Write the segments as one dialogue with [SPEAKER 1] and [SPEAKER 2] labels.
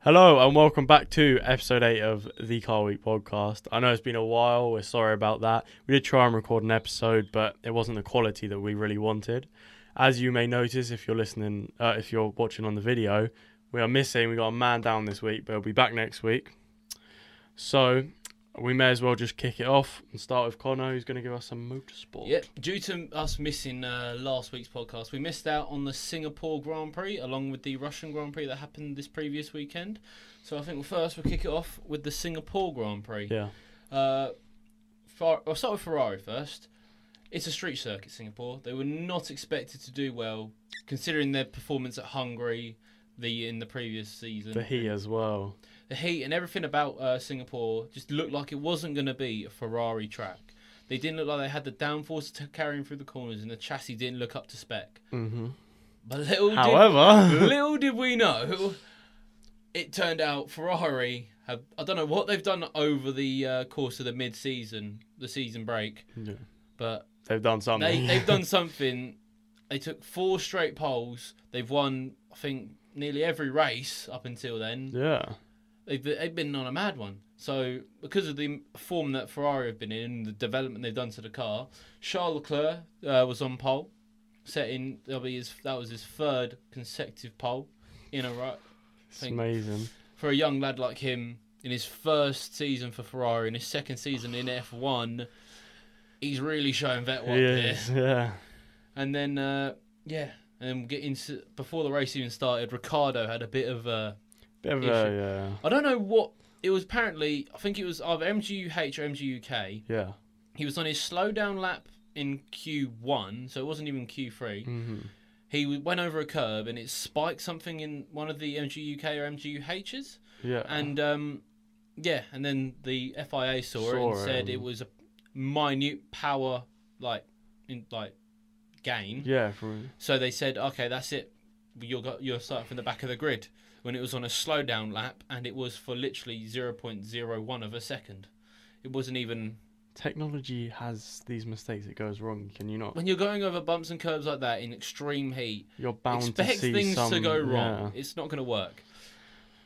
[SPEAKER 1] Hello and welcome back to episode 8 of the Car Week podcast. I know it's been a while, we're sorry about that. We did try and record an episode, but it wasn't the quality that we really wanted. As you may notice if you're listening, uh, if you're watching on the video, we are missing, we got a man down this week, but he'll be back next week. So we may as well just kick it off and start with Connor, who's going to give us some motorsport.
[SPEAKER 2] Yep. Due to us missing uh, last week's podcast, we missed out on the Singapore Grand Prix along with the Russian Grand Prix that happened this previous weekend. So I think first we'll kick it off with the Singapore Grand Prix.
[SPEAKER 1] Yeah.
[SPEAKER 2] Uh, Fer- I'll start with Ferrari first. It's a street circuit, Singapore. They were not expected to do well, considering their performance at Hungary, the in the previous season.
[SPEAKER 1] The he as well.
[SPEAKER 2] The heat and everything about uh, Singapore just looked like it wasn't going to be a Ferrari track. They didn't look like they had the downforce to carry them through the corners, and the chassis didn't look up to spec.
[SPEAKER 1] Mm-hmm.
[SPEAKER 2] But little did,
[SPEAKER 1] However,
[SPEAKER 2] little did we know, it turned out Ferrari have I don't know what they've done over the uh, course of the mid-season, the season break,
[SPEAKER 1] Yeah.
[SPEAKER 2] but
[SPEAKER 1] they've done
[SPEAKER 2] they
[SPEAKER 1] something.
[SPEAKER 2] they've done something. They took four straight poles. They've won, I think, nearly every race up until then
[SPEAKER 1] yeah.
[SPEAKER 2] they've been, they've been on a mad one. So because of the form that Ferrari have been in, the development they've done to the car, Charles Leclerc uh, was on pole, setting that'll be his that was his third consecutive pole in a row
[SPEAKER 1] It's
[SPEAKER 2] Think-
[SPEAKER 1] amazing.
[SPEAKER 2] for a young lad like him in his first season for Ferrari in his second season in F1. He's really showing Vettel up
[SPEAKER 1] He
[SPEAKER 2] here.
[SPEAKER 1] is, yeah.
[SPEAKER 2] And then uh, yeah, and then we get into before the race even started, Ricardo had a bit of a
[SPEAKER 1] Bit of
[SPEAKER 2] issue.
[SPEAKER 1] a,
[SPEAKER 2] I don't know what it was. Apparently, I think it was either MGUH or MGUK.
[SPEAKER 1] yeah. Yeah.
[SPEAKER 2] He was on his slow down lap in Q1, so it wasn't even Q3.
[SPEAKER 1] hmm
[SPEAKER 2] He w- went over a curb and it spiked something in one of the MGUK or MGUHs,
[SPEAKER 1] Yeah.
[SPEAKER 2] and um, yeah, and then the FIA saw, it
[SPEAKER 1] Saw
[SPEAKER 2] and
[SPEAKER 1] it,
[SPEAKER 2] said it
[SPEAKER 1] um,
[SPEAKER 2] was a minute power like in like gain.
[SPEAKER 1] yeah, from,
[SPEAKER 2] So they said, okay, that's it. You're got you're starting from the back of the grid when it was on a slowdown lap, and it was for literally zero point zero one of a second. It wasn't even
[SPEAKER 1] technology has these mistakes. It goes wrong. Can you not?
[SPEAKER 2] when you're going over bumps and curves like that in extreme heat.
[SPEAKER 1] You're bound
[SPEAKER 2] expect
[SPEAKER 1] to see
[SPEAKER 2] things
[SPEAKER 1] some,
[SPEAKER 2] to go wrong.
[SPEAKER 1] yeah.
[SPEAKER 2] It's not going to work.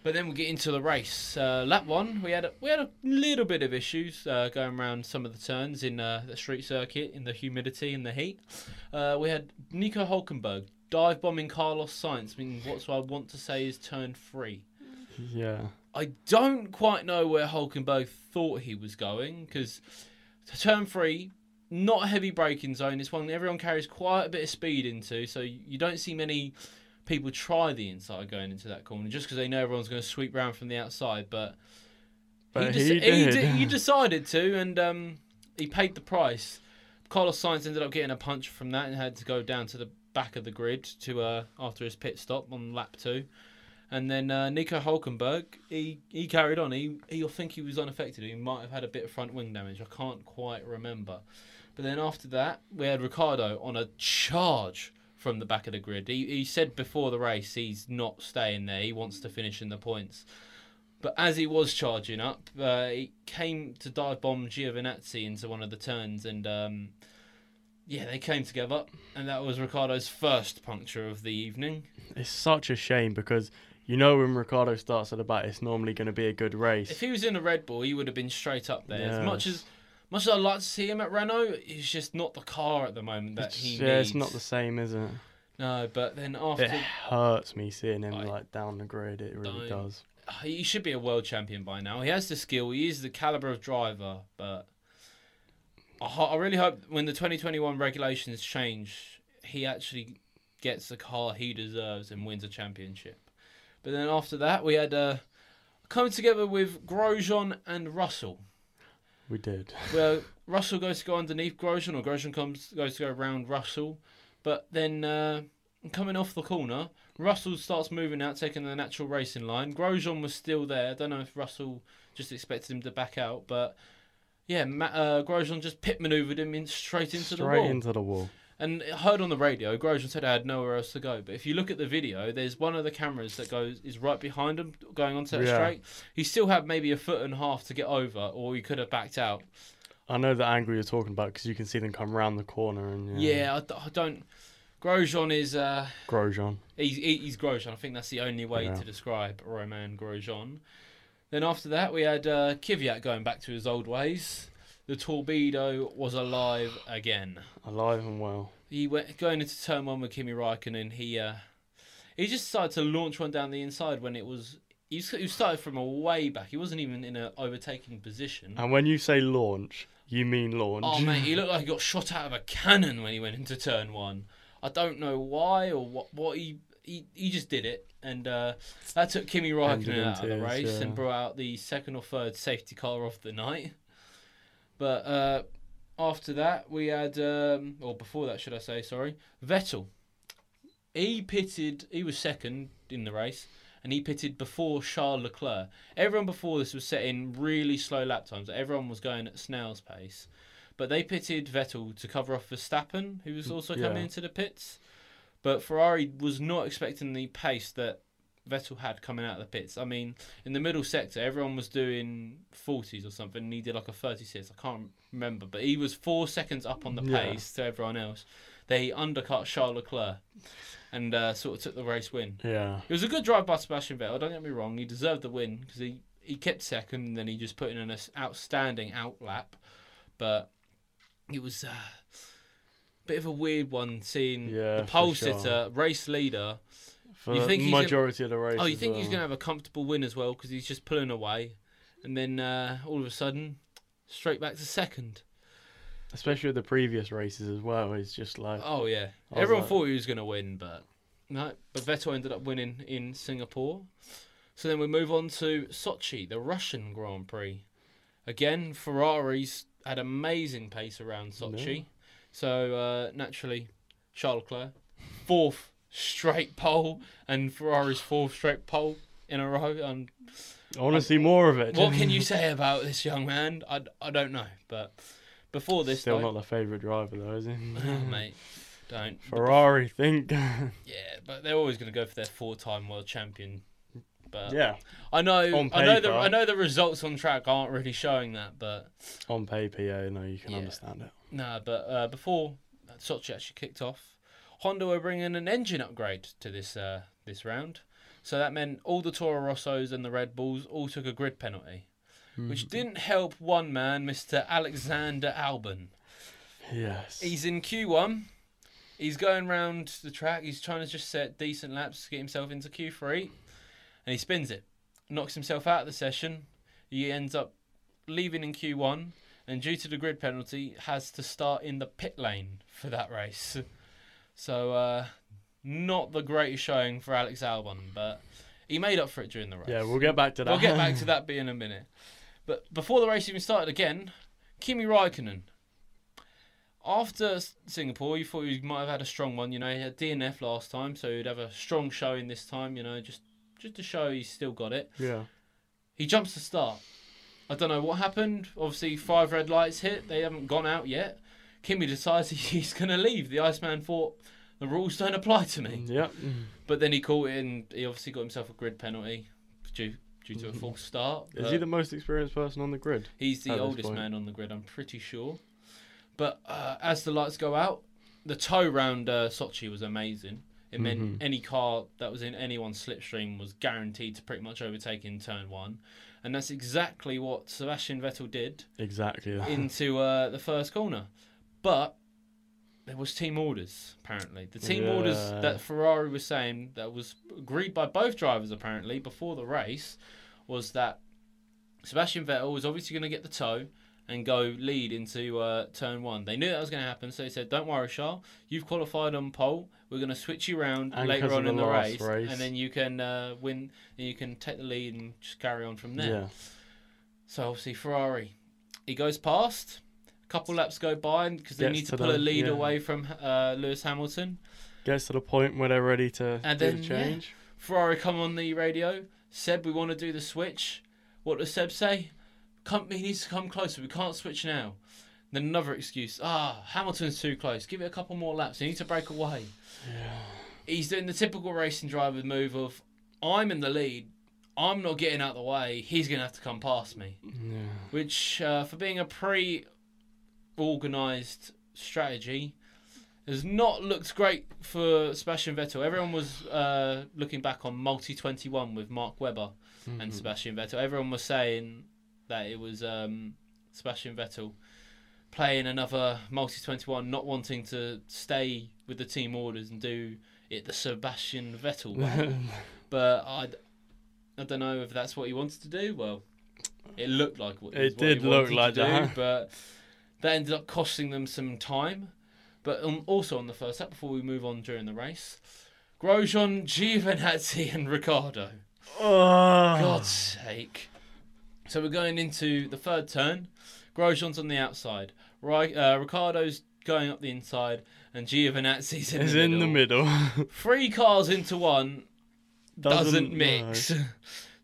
[SPEAKER 2] But then we get into the race. Uh, lap one, we had a, we had a little bit of issues uh, going around some of the turns in uh, the street circuit, in the humidity and the heat. Uh, we had Nico Hulkenberg dive bombing Carlos Sainz in what's what I want to say is turn three.
[SPEAKER 1] Yeah.
[SPEAKER 2] I don't quite know where Hulkenberg thought he was going because turn three, not a heavy braking zone. It's one everyone carries quite a bit of speed into, so you don't see many people try the inside going into that corner just because they know everyone's going to sweep round from the outside. But,
[SPEAKER 1] But
[SPEAKER 2] dec-
[SPEAKER 1] he, did.
[SPEAKER 2] de- he decided to, and um, he paid the price. Carlos Sainz ended up getting a punch from that and had to go down to the back of the grid to uh, after his pit stop on lap two. And then uh, Nico Hulkenberg, he, he carried on. He, he I think he was unaffected. He might have had a bit of front wing damage. I can't quite remember. But then after that, we had Ricardo on a charge from the back of the grid. He, he said before the race he's not staying there. He wants to finish in the points. But as he was charging up, uh, he came to dive bomb Giovinazzi into one of the turns, and um, yeah, they came together, and that was Ricardo's first puncture of the evening.
[SPEAKER 1] It's such a shame because you know when Ricardo starts at the back, it's normally going to be a good
[SPEAKER 2] If
[SPEAKER 1] race.
[SPEAKER 2] he was in a Red Bull, he would have been straight up there. As much
[SPEAKER 1] Yes.
[SPEAKER 2] as much as I like to see him at Renault, it's just not the car at the moment that
[SPEAKER 1] It's-
[SPEAKER 2] he
[SPEAKER 1] yeah,
[SPEAKER 2] needs.
[SPEAKER 1] it's not the same, is it?
[SPEAKER 2] No, but then
[SPEAKER 1] It
[SPEAKER 2] after
[SPEAKER 1] hurts me seeing him
[SPEAKER 2] I
[SPEAKER 1] like down the grid. It really
[SPEAKER 2] don't-
[SPEAKER 1] does.
[SPEAKER 2] he should be a world champion by now. He has the skill. He is the caliber of driver. But I, ho- I really hope when the 2021 regulations change, he actually gets the car he deserves and wins a championship. But then after that, we had uh, coming together with Grosjean and Russell.
[SPEAKER 1] We did.
[SPEAKER 2] Well, Russell goes to go underneath Grosjean, or Grosjean comes goes to go around Russell, but then uh, coming off the corner, Russell starts moving out, taking the natural racing line. Grosjean was still there. I don't know if Russell just expected him to back out, but yeah, Ma- uh, Grosjean just pit manoeuvred him in straight into the
[SPEAKER 1] Straight
[SPEAKER 2] wall.
[SPEAKER 1] into the wall.
[SPEAKER 2] And I heard on the radio, Grosjean said I had nowhere else to go. But if you look at the video, there's one of the cameras that goes is right behind him going onto that
[SPEAKER 1] Yeah.
[SPEAKER 2] straight. He still had maybe a foot and a half to get over, or he could have backed out.
[SPEAKER 1] I know the angle you're talking about because you can see them come round the corner and yeah.
[SPEAKER 2] Yeah, I d- I, don't. Grosjean is uh,
[SPEAKER 1] Grosjean.
[SPEAKER 2] he's he- he's Grosjean. I think that's the only way
[SPEAKER 1] Yeah.
[SPEAKER 2] to describe Roman Grosjean. Then after that, we had uh, Kvyat going back to his old ways. The torpedo was alive again.
[SPEAKER 1] Alive and well.
[SPEAKER 2] He went going into turn one with Kimi Raikkonen. He uh, he just started to launch one down the inside when it was he, s- he started from a way back. He wasn't even in an overtaking position.
[SPEAKER 1] And when you say launch, you mean launch.
[SPEAKER 2] Oh mate, he looked like he got shot out of a cannon when he went into turn one. I don't know why or what. What he he, he just did it, and uh, that took Kimi
[SPEAKER 1] Ended in
[SPEAKER 2] Raikkonen out of the
[SPEAKER 1] tears,
[SPEAKER 2] race
[SPEAKER 1] yeah.
[SPEAKER 2] and brought out the second or third safety car of the night. But uh, after that, we had um, or before that, should I say? Sorry, Vettel. He pitted. He was second in the race. And he pitted before Charles Leclerc. Everyone before this was setting really slow lap times. Everyone was going at snail's pace. But they pitted Vettel to cover off Verstappen, who was also
[SPEAKER 1] yeah.
[SPEAKER 2] coming into the pits. But Ferrari was not expecting the pace that Vettel had coming out of the pits. I mean, in the middle sector, everyone was doing 40s or something, and he did like a 36. I can't remember, but he was four seconds up on the
[SPEAKER 1] Yeah.
[SPEAKER 2] pace to everyone else. They undercut Charles Leclerc and uh, sort of took the race win.
[SPEAKER 1] Yeah.
[SPEAKER 2] It was a good drive by Sebastian Vettel. Don't get me wrong; he deserved the win because he he kept second, and then he just put in an as- outstanding outlap. But it was uh, a bit of a weird one seeing
[SPEAKER 1] Yeah,
[SPEAKER 2] the
[SPEAKER 1] for
[SPEAKER 2] pole
[SPEAKER 1] sure.
[SPEAKER 2] sitter, race leader.
[SPEAKER 1] For
[SPEAKER 2] You
[SPEAKER 1] the
[SPEAKER 2] think he's gonna-
[SPEAKER 1] majority of the race.
[SPEAKER 2] Oh, you
[SPEAKER 1] as
[SPEAKER 2] think he's
[SPEAKER 1] well.
[SPEAKER 2] gonna have a comfortable win as well because he's just pulling away, and then uh, all of a sudden, straight back to second.
[SPEAKER 1] Especially with the previous races as well. It's just like.
[SPEAKER 2] Oh yeah,
[SPEAKER 1] I was
[SPEAKER 2] everyone
[SPEAKER 1] like-
[SPEAKER 2] thought he was going to win, but no. But Vettel ended up winning in Singapore. So then we move on to Sochi, the Russian Grand Prix. Again, Ferraris had amazing pace around Sochi. So uh, naturally, Charles Leclerc, fourth straight pole, and Ferrari's fourth straight pole in a row. And
[SPEAKER 1] I want to see more of it.
[SPEAKER 2] what can you say about this young man? I, I don't know, but before this,
[SPEAKER 1] Still
[SPEAKER 2] though, oh,
[SPEAKER 1] not the favourite driver though, is he?
[SPEAKER 2] mate, don't.
[SPEAKER 1] Ferrari think.
[SPEAKER 2] Yeah, but they're always going to go for their four-time world champion. But
[SPEAKER 1] yeah.
[SPEAKER 2] I know,
[SPEAKER 1] On
[SPEAKER 2] I know the
[SPEAKER 1] paper.
[SPEAKER 2] I know the results on track aren't really showing that, but
[SPEAKER 1] On paper, yeah, no, you can
[SPEAKER 2] Yeah.
[SPEAKER 1] understand it.
[SPEAKER 2] nah. But uh, before Sochi actually kicked off, Honda were bringing an engine upgrade to this uh, this round, so that meant all the Toro Rossos and the Red Bulls all took a grid penalty, which didn't help one man, Mister Alexander Albon.
[SPEAKER 1] Yes.
[SPEAKER 2] He's in Q1. He's going round the track. He's trying to just set decent laps to get himself into Q3. And he spins it. Knocks himself out of the session. He ends up leaving in Q1. And due to the grid penalty, has to start in the pit lane for that race. So, uh, not the greatest showing for Alex Albon, but he made up for it during the race.
[SPEAKER 1] yeah, we'll get back to that.
[SPEAKER 2] We'll get back to that bit in a minute. But before the race even started again, Kimi Raikkonen. After S- Singapore, you thought he might have had a strong one. You know, he had DNF last time, so he'd have a strong showing this time. You know, just just to show he's still got it.
[SPEAKER 1] yeah.
[SPEAKER 2] He jumps the start. I don't know what happened. Obviously, five red lights hit. They haven't gone out yet. Kimi decides he's going to leave. The Iceman thought the rules don't apply to me.
[SPEAKER 1] Yep.
[SPEAKER 2] But then he caught it and he obviously got himself a grid penalty due, due to a false start.
[SPEAKER 1] Is
[SPEAKER 2] but-
[SPEAKER 1] he the most experienced person on the grid?
[SPEAKER 2] He's
[SPEAKER 1] at
[SPEAKER 2] the
[SPEAKER 1] this
[SPEAKER 2] oldest
[SPEAKER 1] point.
[SPEAKER 2] man on the grid, I'm pretty sure. But uh, as the lights go out, the tow round uh, Sochi was amazing. It meant
[SPEAKER 1] Mm-hmm.
[SPEAKER 2] any car that was in anyone's slipstream was guaranteed to pretty much overtake in turn one. And that's exactly what Sebastian Vettel did
[SPEAKER 1] Exactly. that.
[SPEAKER 2] into uh, the first corner. But there was team orders apparently. The team orders
[SPEAKER 1] Yeah.
[SPEAKER 2] that Ferrari was saying that was agreed by both drivers apparently before the race was that Sebastian Vettel was obviously going to get the tow and go lead into uh, turn one. They knew that was going to happen, so they said, "Don't worry, Charles. You've qualified on pole. We're going to switch you
[SPEAKER 1] And
[SPEAKER 2] round
[SPEAKER 1] 'cause
[SPEAKER 2] later
[SPEAKER 1] of
[SPEAKER 2] on
[SPEAKER 1] the
[SPEAKER 2] in the
[SPEAKER 1] last
[SPEAKER 2] race,
[SPEAKER 1] race.
[SPEAKER 2] and then you can uh, win. And you can take the lead and just carry on from there."
[SPEAKER 1] yeah.
[SPEAKER 2] So obviously Ferrari, he goes past. A couple laps go by because they
[SPEAKER 1] Gets
[SPEAKER 2] need to
[SPEAKER 1] to
[SPEAKER 2] pull a
[SPEAKER 1] the-
[SPEAKER 2] lead
[SPEAKER 1] yeah.
[SPEAKER 2] away from uh, Lewis Hamilton.
[SPEAKER 1] Gets to the point where they're ready to
[SPEAKER 2] And
[SPEAKER 1] do
[SPEAKER 2] then,
[SPEAKER 1] the
[SPEAKER 2] yeah.
[SPEAKER 1] change.
[SPEAKER 2] Ferrari come on the radio. Seb, we want to do the switch. What does Seb say? Come, he needs to come closer. We can't switch now. Then another excuse. Ah, Hamilton's too close. Give it a couple more laps. You need to break away. He's doing the typical racing driver move of, I'm in the lead. I'm not getting out of the way. He's gonna have to come past me.
[SPEAKER 1] Yeah.
[SPEAKER 2] which uh, for being a pre-organized strategy has not looked great for Sebastian Vettel. Everyone was uh, looking back on multi 21 with Mark Webber and Sebastian Vettel. Everyone was saying that it was um, Sebastian Vettel playing another multi 21, not wanting to stay with the team orders and do it the Sebastian Vettel way. but I, I don't know if that's what he wanted to do. Well, it looked like what
[SPEAKER 1] It
[SPEAKER 2] what
[SPEAKER 1] did
[SPEAKER 2] he
[SPEAKER 1] look like
[SPEAKER 2] wanted to do,
[SPEAKER 1] that.
[SPEAKER 2] but that ended up costing them some time. But um, also on the first lap, before we move on during the race, Grosjean, Giovinazzi, and Ricardo.
[SPEAKER 1] Ah.
[SPEAKER 2] God's sake. So we're going into the third turn. Grosjean's on the outside. Right, uh, Ricardo's going up the inside, and Giovinazzi's in,
[SPEAKER 1] It's
[SPEAKER 2] the,
[SPEAKER 1] in
[SPEAKER 2] middle.
[SPEAKER 1] the middle.
[SPEAKER 2] Three cars into one doesn't,
[SPEAKER 1] know.
[SPEAKER 2] mix.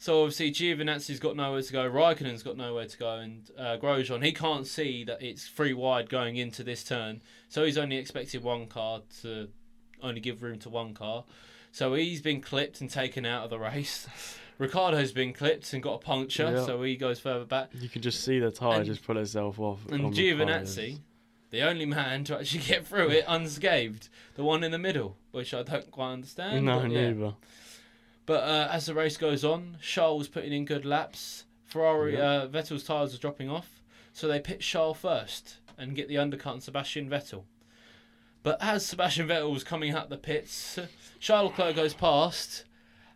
[SPEAKER 2] So obviously Giovinazzi's got nowhere to go, Raikkonen's got nowhere to go, and uh, Grosjean he can't see that it's three wide going into this turn, so he's only expected one car to only give room to one car. So he's been clipped and taken out of the race. Ricardo's been clipped and got a puncture,
[SPEAKER 1] Yeah.
[SPEAKER 2] so he goes further back.
[SPEAKER 1] You can just see the tire
[SPEAKER 2] And-
[SPEAKER 1] just pull itself off. on
[SPEAKER 2] And
[SPEAKER 1] the tyres.
[SPEAKER 2] Giovinazzi, the only man to actually get through it unscathed, the one in the middle, which I don't quite understand.
[SPEAKER 1] No,
[SPEAKER 2] but yeah.
[SPEAKER 1] neither.
[SPEAKER 2] But uh, as the race goes on, Charles was putting in good laps. Ferrari,
[SPEAKER 1] Yeah.
[SPEAKER 2] uh, Vettel's tyres were dropping off, so they pit Charles first and get the undercut on Sebastian Vettel. But as Sebastian Vettel was coming out the pits, Charles Leclerc goes past,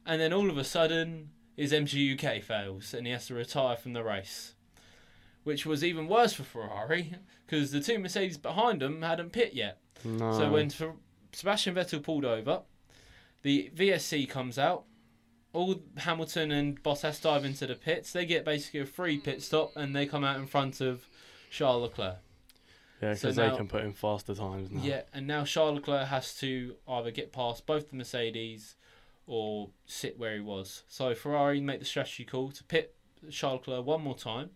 [SPEAKER 2] and then all of a sudden, his MGUK fails and he has to retire from the race. Which was even worse for Ferrari because the two Mercedes behind them hadn't pit yet.
[SPEAKER 1] No.
[SPEAKER 2] So when Fer- Sebastian Vettel pulled over, the VSC comes out. All Hamilton and Bottas dive into the pits. They get basically a free pit stop, and they come out in front of Charles Leclerc.
[SPEAKER 1] yeah, because
[SPEAKER 2] so
[SPEAKER 1] they
[SPEAKER 2] now-
[SPEAKER 1] can put in faster times now.
[SPEAKER 2] Yeah, and now Charles Leclerc has to either get past both the Mercedes or sit where he was. So Ferrari make the strategy call to pit Charles Leclerc one more time,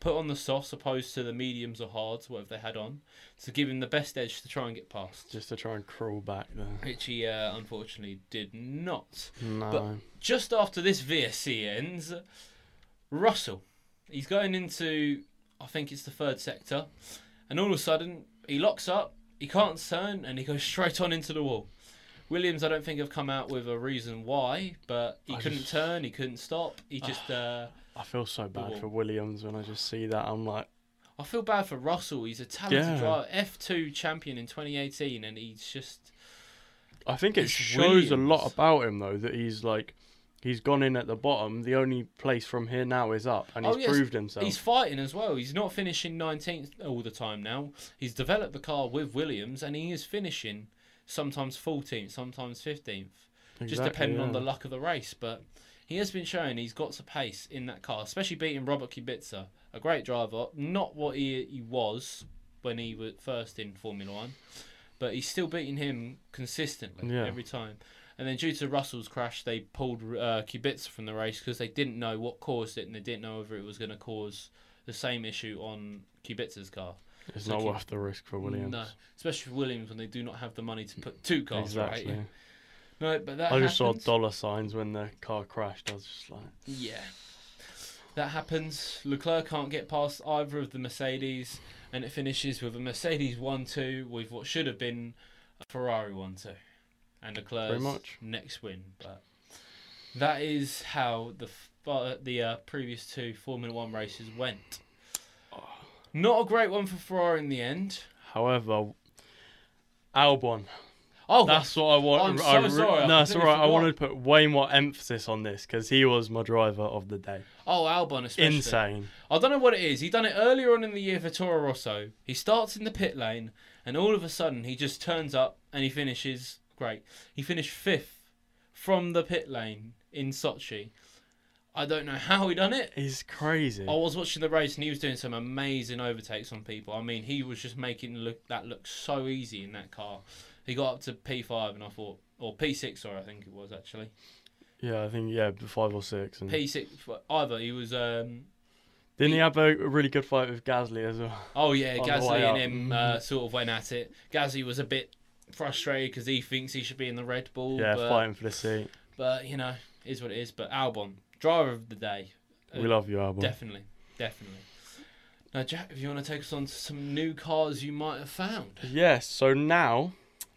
[SPEAKER 2] put on the softs opposed to the mediums or hards, whatever they had on, to give him the best edge to try and get past.
[SPEAKER 1] Just to try and crawl back there.
[SPEAKER 2] which he uh, unfortunately did not.
[SPEAKER 1] No.
[SPEAKER 2] Just after this VSC ends, Russell, he's going into, I think it's the third sector, and all of a sudden he locks up, he can't turn, and he goes straight on into the wall. Williams, I don't think have come out with a reason why, but he
[SPEAKER 1] I
[SPEAKER 2] couldn't
[SPEAKER 1] just- Ah.
[SPEAKER 2] turn, he couldn't stop, he just. uh,
[SPEAKER 1] I feel so bad
[SPEAKER 2] wall.
[SPEAKER 1] for Williams when I just see that. I'm like,
[SPEAKER 2] I feel bad for Russell. He's a talented
[SPEAKER 1] Yeah.
[SPEAKER 2] driver, F2 champion in 2018, and he's just
[SPEAKER 1] I think it
[SPEAKER 2] It's
[SPEAKER 1] shows a lot
[SPEAKER 2] Williams.
[SPEAKER 1] about him though that he's like, he's gone in at the bottom. The only place from here now is up, and
[SPEAKER 2] Oh,
[SPEAKER 1] he's
[SPEAKER 2] yes,
[SPEAKER 1] proved himself.
[SPEAKER 2] He's fighting as well. He's not finishing 19th all the time now. He's developed the car with Williams and he is finishing sometimes 14th, sometimes 15th, just
[SPEAKER 1] Exactly,
[SPEAKER 2] depending on
[SPEAKER 1] yeah.
[SPEAKER 2] the luck of the race. But he has been showing he's got some pace in that car, especially beating Robert Kubica, a great driver. Not what he, he was when he was first in Formula One, but he's still beating him consistently
[SPEAKER 1] Yeah.
[SPEAKER 2] every time. And then due to Russell's crash, they pulled uh, Kubica from the race because they didn't know what caused it, and they didn't know whether it was going to cause the same issue on Kubica's car.
[SPEAKER 1] It's
[SPEAKER 2] so
[SPEAKER 1] not
[SPEAKER 2] keep-
[SPEAKER 1] worth the risk for Williams.
[SPEAKER 2] No, especially for Williams when they do not have the money to put two cars
[SPEAKER 1] exactly.
[SPEAKER 2] right. No, but that
[SPEAKER 1] I just
[SPEAKER 2] happened.
[SPEAKER 1] saw dollar signs when the car crashed. I was just like,
[SPEAKER 2] Yeah. That happens. Leclerc can't get past either of the Mercedes, and it finishes with a Mercedes 1 2 with what should have been a Ferrari 1 2. And Leclerc's
[SPEAKER 1] much.
[SPEAKER 2] next win. But that is how the f- uh, the uh, previous two Formula 1 races went.
[SPEAKER 1] Oh.
[SPEAKER 2] Not a great one for Ferrari in the end.
[SPEAKER 1] however, Albon.
[SPEAKER 2] Oh,
[SPEAKER 1] That's what I want.
[SPEAKER 2] I'm
[SPEAKER 1] I
[SPEAKER 2] so sorry, I
[SPEAKER 1] No, it's
[SPEAKER 2] completely
[SPEAKER 1] alright. I
[SPEAKER 2] forgot.
[SPEAKER 1] wanted to put way more emphasis on this because he was my driver of the day.
[SPEAKER 2] oh, Albon especially.
[SPEAKER 1] Insane.
[SPEAKER 2] I don't know what it is. He done it earlier on in the year for Toro Rosso. He starts in the pit lane, and all of a sudden he just turns up and he finishes great. He finished fifth from the pit lane in Sochi. I don't know how he done it.
[SPEAKER 1] He's crazy.
[SPEAKER 2] I was watching the race and he was doing some amazing overtakes on people. I mean, he was just making look that look so easy in that car. He got up to P5 and I thought, or P6, sorry, I think it was actually
[SPEAKER 1] Yeah, I think yeah, five or six. And
[SPEAKER 2] P6. Either he was um,
[SPEAKER 1] Didn't he have a really good fight with Gasly as well?
[SPEAKER 2] Oh
[SPEAKER 1] on
[SPEAKER 2] yeah,
[SPEAKER 1] the way
[SPEAKER 2] Gasly
[SPEAKER 1] up. Mm-hmm.
[SPEAKER 2] and him uh, sort of went at it. Gasly was a bit frustrated because he thinks he should be in the Red Bull.
[SPEAKER 1] yeah,
[SPEAKER 2] but,
[SPEAKER 1] fighting for the seat.
[SPEAKER 2] but you know, it is what it is. But Albon, driver of the day, uh,
[SPEAKER 1] We love you, Albon.
[SPEAKER 2] definitely, definitely. Now, Jack, if you want to take us on to some new cars you might have found.
[SPEAKER 1] Yes, so now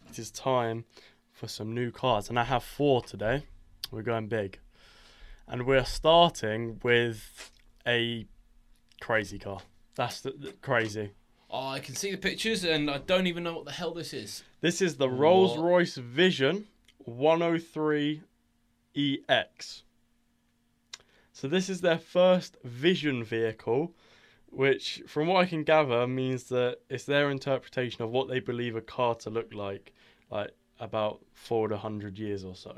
[SPEAKER 1] it is time for some new cars, and I have four today. We're going big, and we're starting with a crazy car. That's the, the- crazy.
[SPEAKER 2] Oh, I can see the pictures, and I don't even know what the hell this is.
[SPEAKER 1] This is the
[SPEAKER 2] What?
[SPEAKER 1] Rolls Royce Vision 103 EX. E So, this is their first vision vehicle, which, from what I can gather, means that it's their interpretation of what they believe a car to look like, like about forward 100 years or so.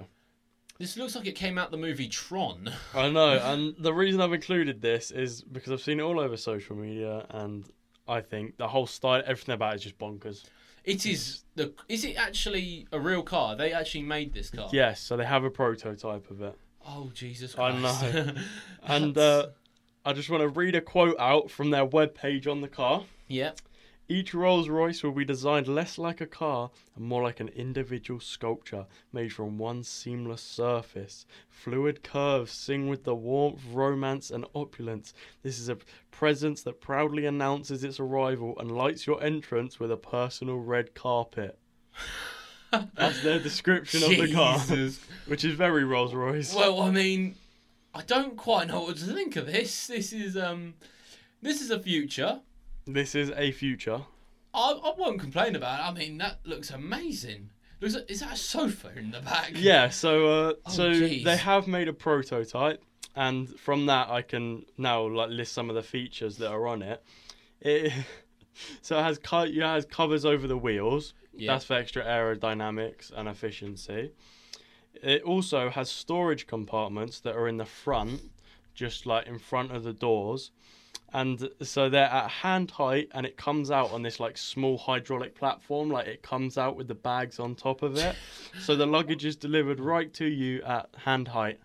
[SPEAKER 2] This looks like it came out the movie Tron.
[SPEAKER 1] I know, and the reason I've included this is because I've seen it all over social media, and I think the whole style, everything about it is just bonkers.
[SPEAKER 2] It is the. Is it actually a real car? They actually made this car.
[SPEAKER 1] Yes, so they have a prototype of it.
[SPEAKER 2] Oh Jesus
[SPEAKER 1] I
[SPEAKER 2] Christ.
[SPEAKER 1] know. And uh, I just want to read a quote out from their webpage on the car.
[SPEAKER 2] yeah.
[SPEAKER 1] Each Rolls Royce will be designed less like a car and more like an individual sculpture made from one seamless surface. Fluid curves sing with the warmth, romance, and opulence. This is a presence that proudly announces its arrival and lights your entrance with a personal red carpet. That's their description of the car,
[SPEAKER 2] Jesus.
[SPEAKER 1] which is very Rolls Royce.
[SPEAKER 2] Well, I mean, I don't quite know what to think of this. This is um, this is a future.
[SPEAKER 1] This is a future.
[SPEAKER 2] I, I won't complain about it. I mean, that looks amazing. Looks like, is that a sofa in the back?
[SPEAKER 1] Yeah, so uh,
[SPEAKER 2] Oh,
[SPEAKER 1] so
[SPEAKER 2] jeez.
[SPEAKER 1] they have made a prototype, and from that I can now like list some of the features that are on it. It so it has co- it has covers over the wheels.
[SPEAKER 2] Yeah.
[SPEAKER 1] That's for extra aerodynamics and efficiency. It also has storage compartments that are in the front, just like in front of the doors. And so they're at hand height, and it comes out on this like small hydraulic platform. Like it comes out with the bags on top of it. So the luggage is delivered right to you at hand height.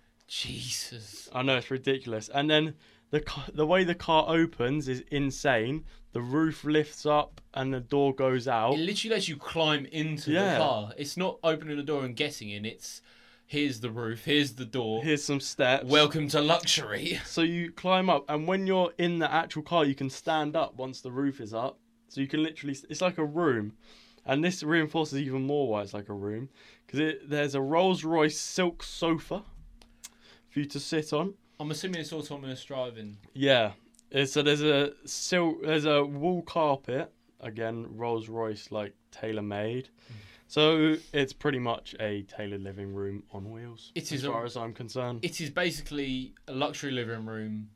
[SPEAKER 2] Jesus.
[SPEAKER 1] I know it's ridiculous. And then the ca- the way the car opens is insane. The roof lifts up and the door goes out.
[SPEAKER 2] It literally lets you climb into
[SPEAKER 1] Yeah.
[SPEAKER 2] the car. It's not opening the door and getting in. It's here's the roof, here's the door.
[SPEAKER 1] Here's some steps.
[SPEAKER 2] Welcome to luxury.
[SPEAKER 1] so you climb up, and when you're in the actual car, you can stand up once the roof is up. So you can literally, it's like a room. And this reinforces even more why it's like a room. Because there's a Rolls Royce silk sofa for you to sit on.
[SPEAKER 2] I'm assuming it's autonomous driving.
[SPEAKER 1] Yeah. Uh, So there's a sil- there's a wool carpet again, Rolls Royce like tailor made.
[SPEAKER 2] Mm.
[SPEAKER 1] So it's pretty much a tailored living room on wheels.
[SPEAKER 2] It is
[SPEAKER 1] as
[SPEAKER 2] a-
[SPEAKER 1] far as I'm concerned.
[SPEAKER 2] It is basically a luxury living room,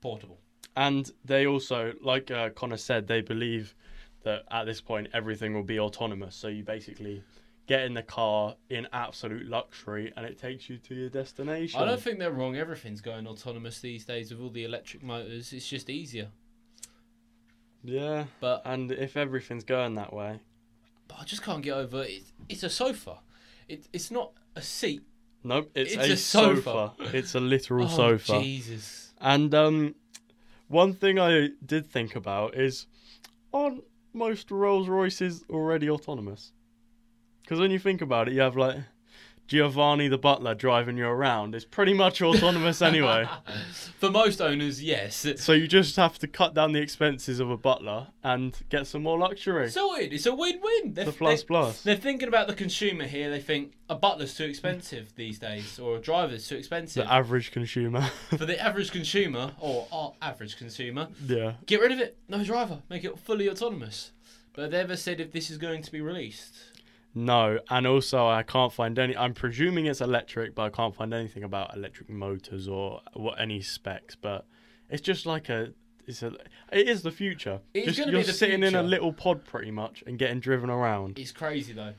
[SPEAKER 2] portable.
[SPEAKER 1] And they also, like uh, Connor said, they believe that at this point everything will be autonomous. So you basically get in the car in absolute luxury, and it takes you to your destination.
[SPEAKER 2] I don't think they're wrong. Everything's going autonomous these days with all the electric motors. It's just easier.
[SPEAKER 1] yeah.
[SPEAKER 2] But
[SPEAKER 1] And if everything's going that way,
[SPEAKER 2] but I just can't get over it. It's a sofa. It, it's not a seat.
[SPEAKER 1] nope, it's,
[SPEAKER 2] It's
[SPEAKER 1] a,
[SPEAKER 2] a sofa.
[SPEAKER 1] sofa. It's a literal
[SPEAKER 2] oh,
[SPEAKER 1] sofa.
[SPEAKER 2] Jesus.
[SPEAKER 1] And um, one thing I did think about is, aren't most Rolls Royces already autonomous? Because when you think about it, you have like Giovanni the butler driving you around. It's pretty much autonomous anyway.
[SPEAKER 2] For most owners, yes.
[SPEAKER 1] So you just have to cut down the expenses of a butler and get some more luxury.
[SPEAKER 2] So it, it's a win-win. They're,
[SPEAKER 1] The plus
[SPEAKER 2] they-
[SPEAKER 1] plus.
[SPEAKER 2] They're thinking about the consumer here. They think a butler's too expensive these days, or a driver's too expensive.
[SPEAKER 1] The average consumer.
[SPEAKER 2] For the average consumer, or our average consumer,
[SPEAKER 1] yeah.
[SPEAKER 2] get rid of it. No driver. Make it fully autonomous. But they never said if this is going to be released.
[SPEAKER 1] No, and also I can't find any. I'm presuming it's electric, but I can't find anything about electric motors or what any specs. But it's just like a, it's a, it is the future.
[SPEAKER 2] It is
[SPEAKER 1] Just-
[SPEAKER 2] gonna be
[SPEAKER 1] you're
[SPEAKER 2] the
[SPEAKER 1] sitting in a
[SPEAKER 2] future.
[SPEAKER 1] little pod pretty much and getting driven around.
[SPEAKER 2] It's crazy though.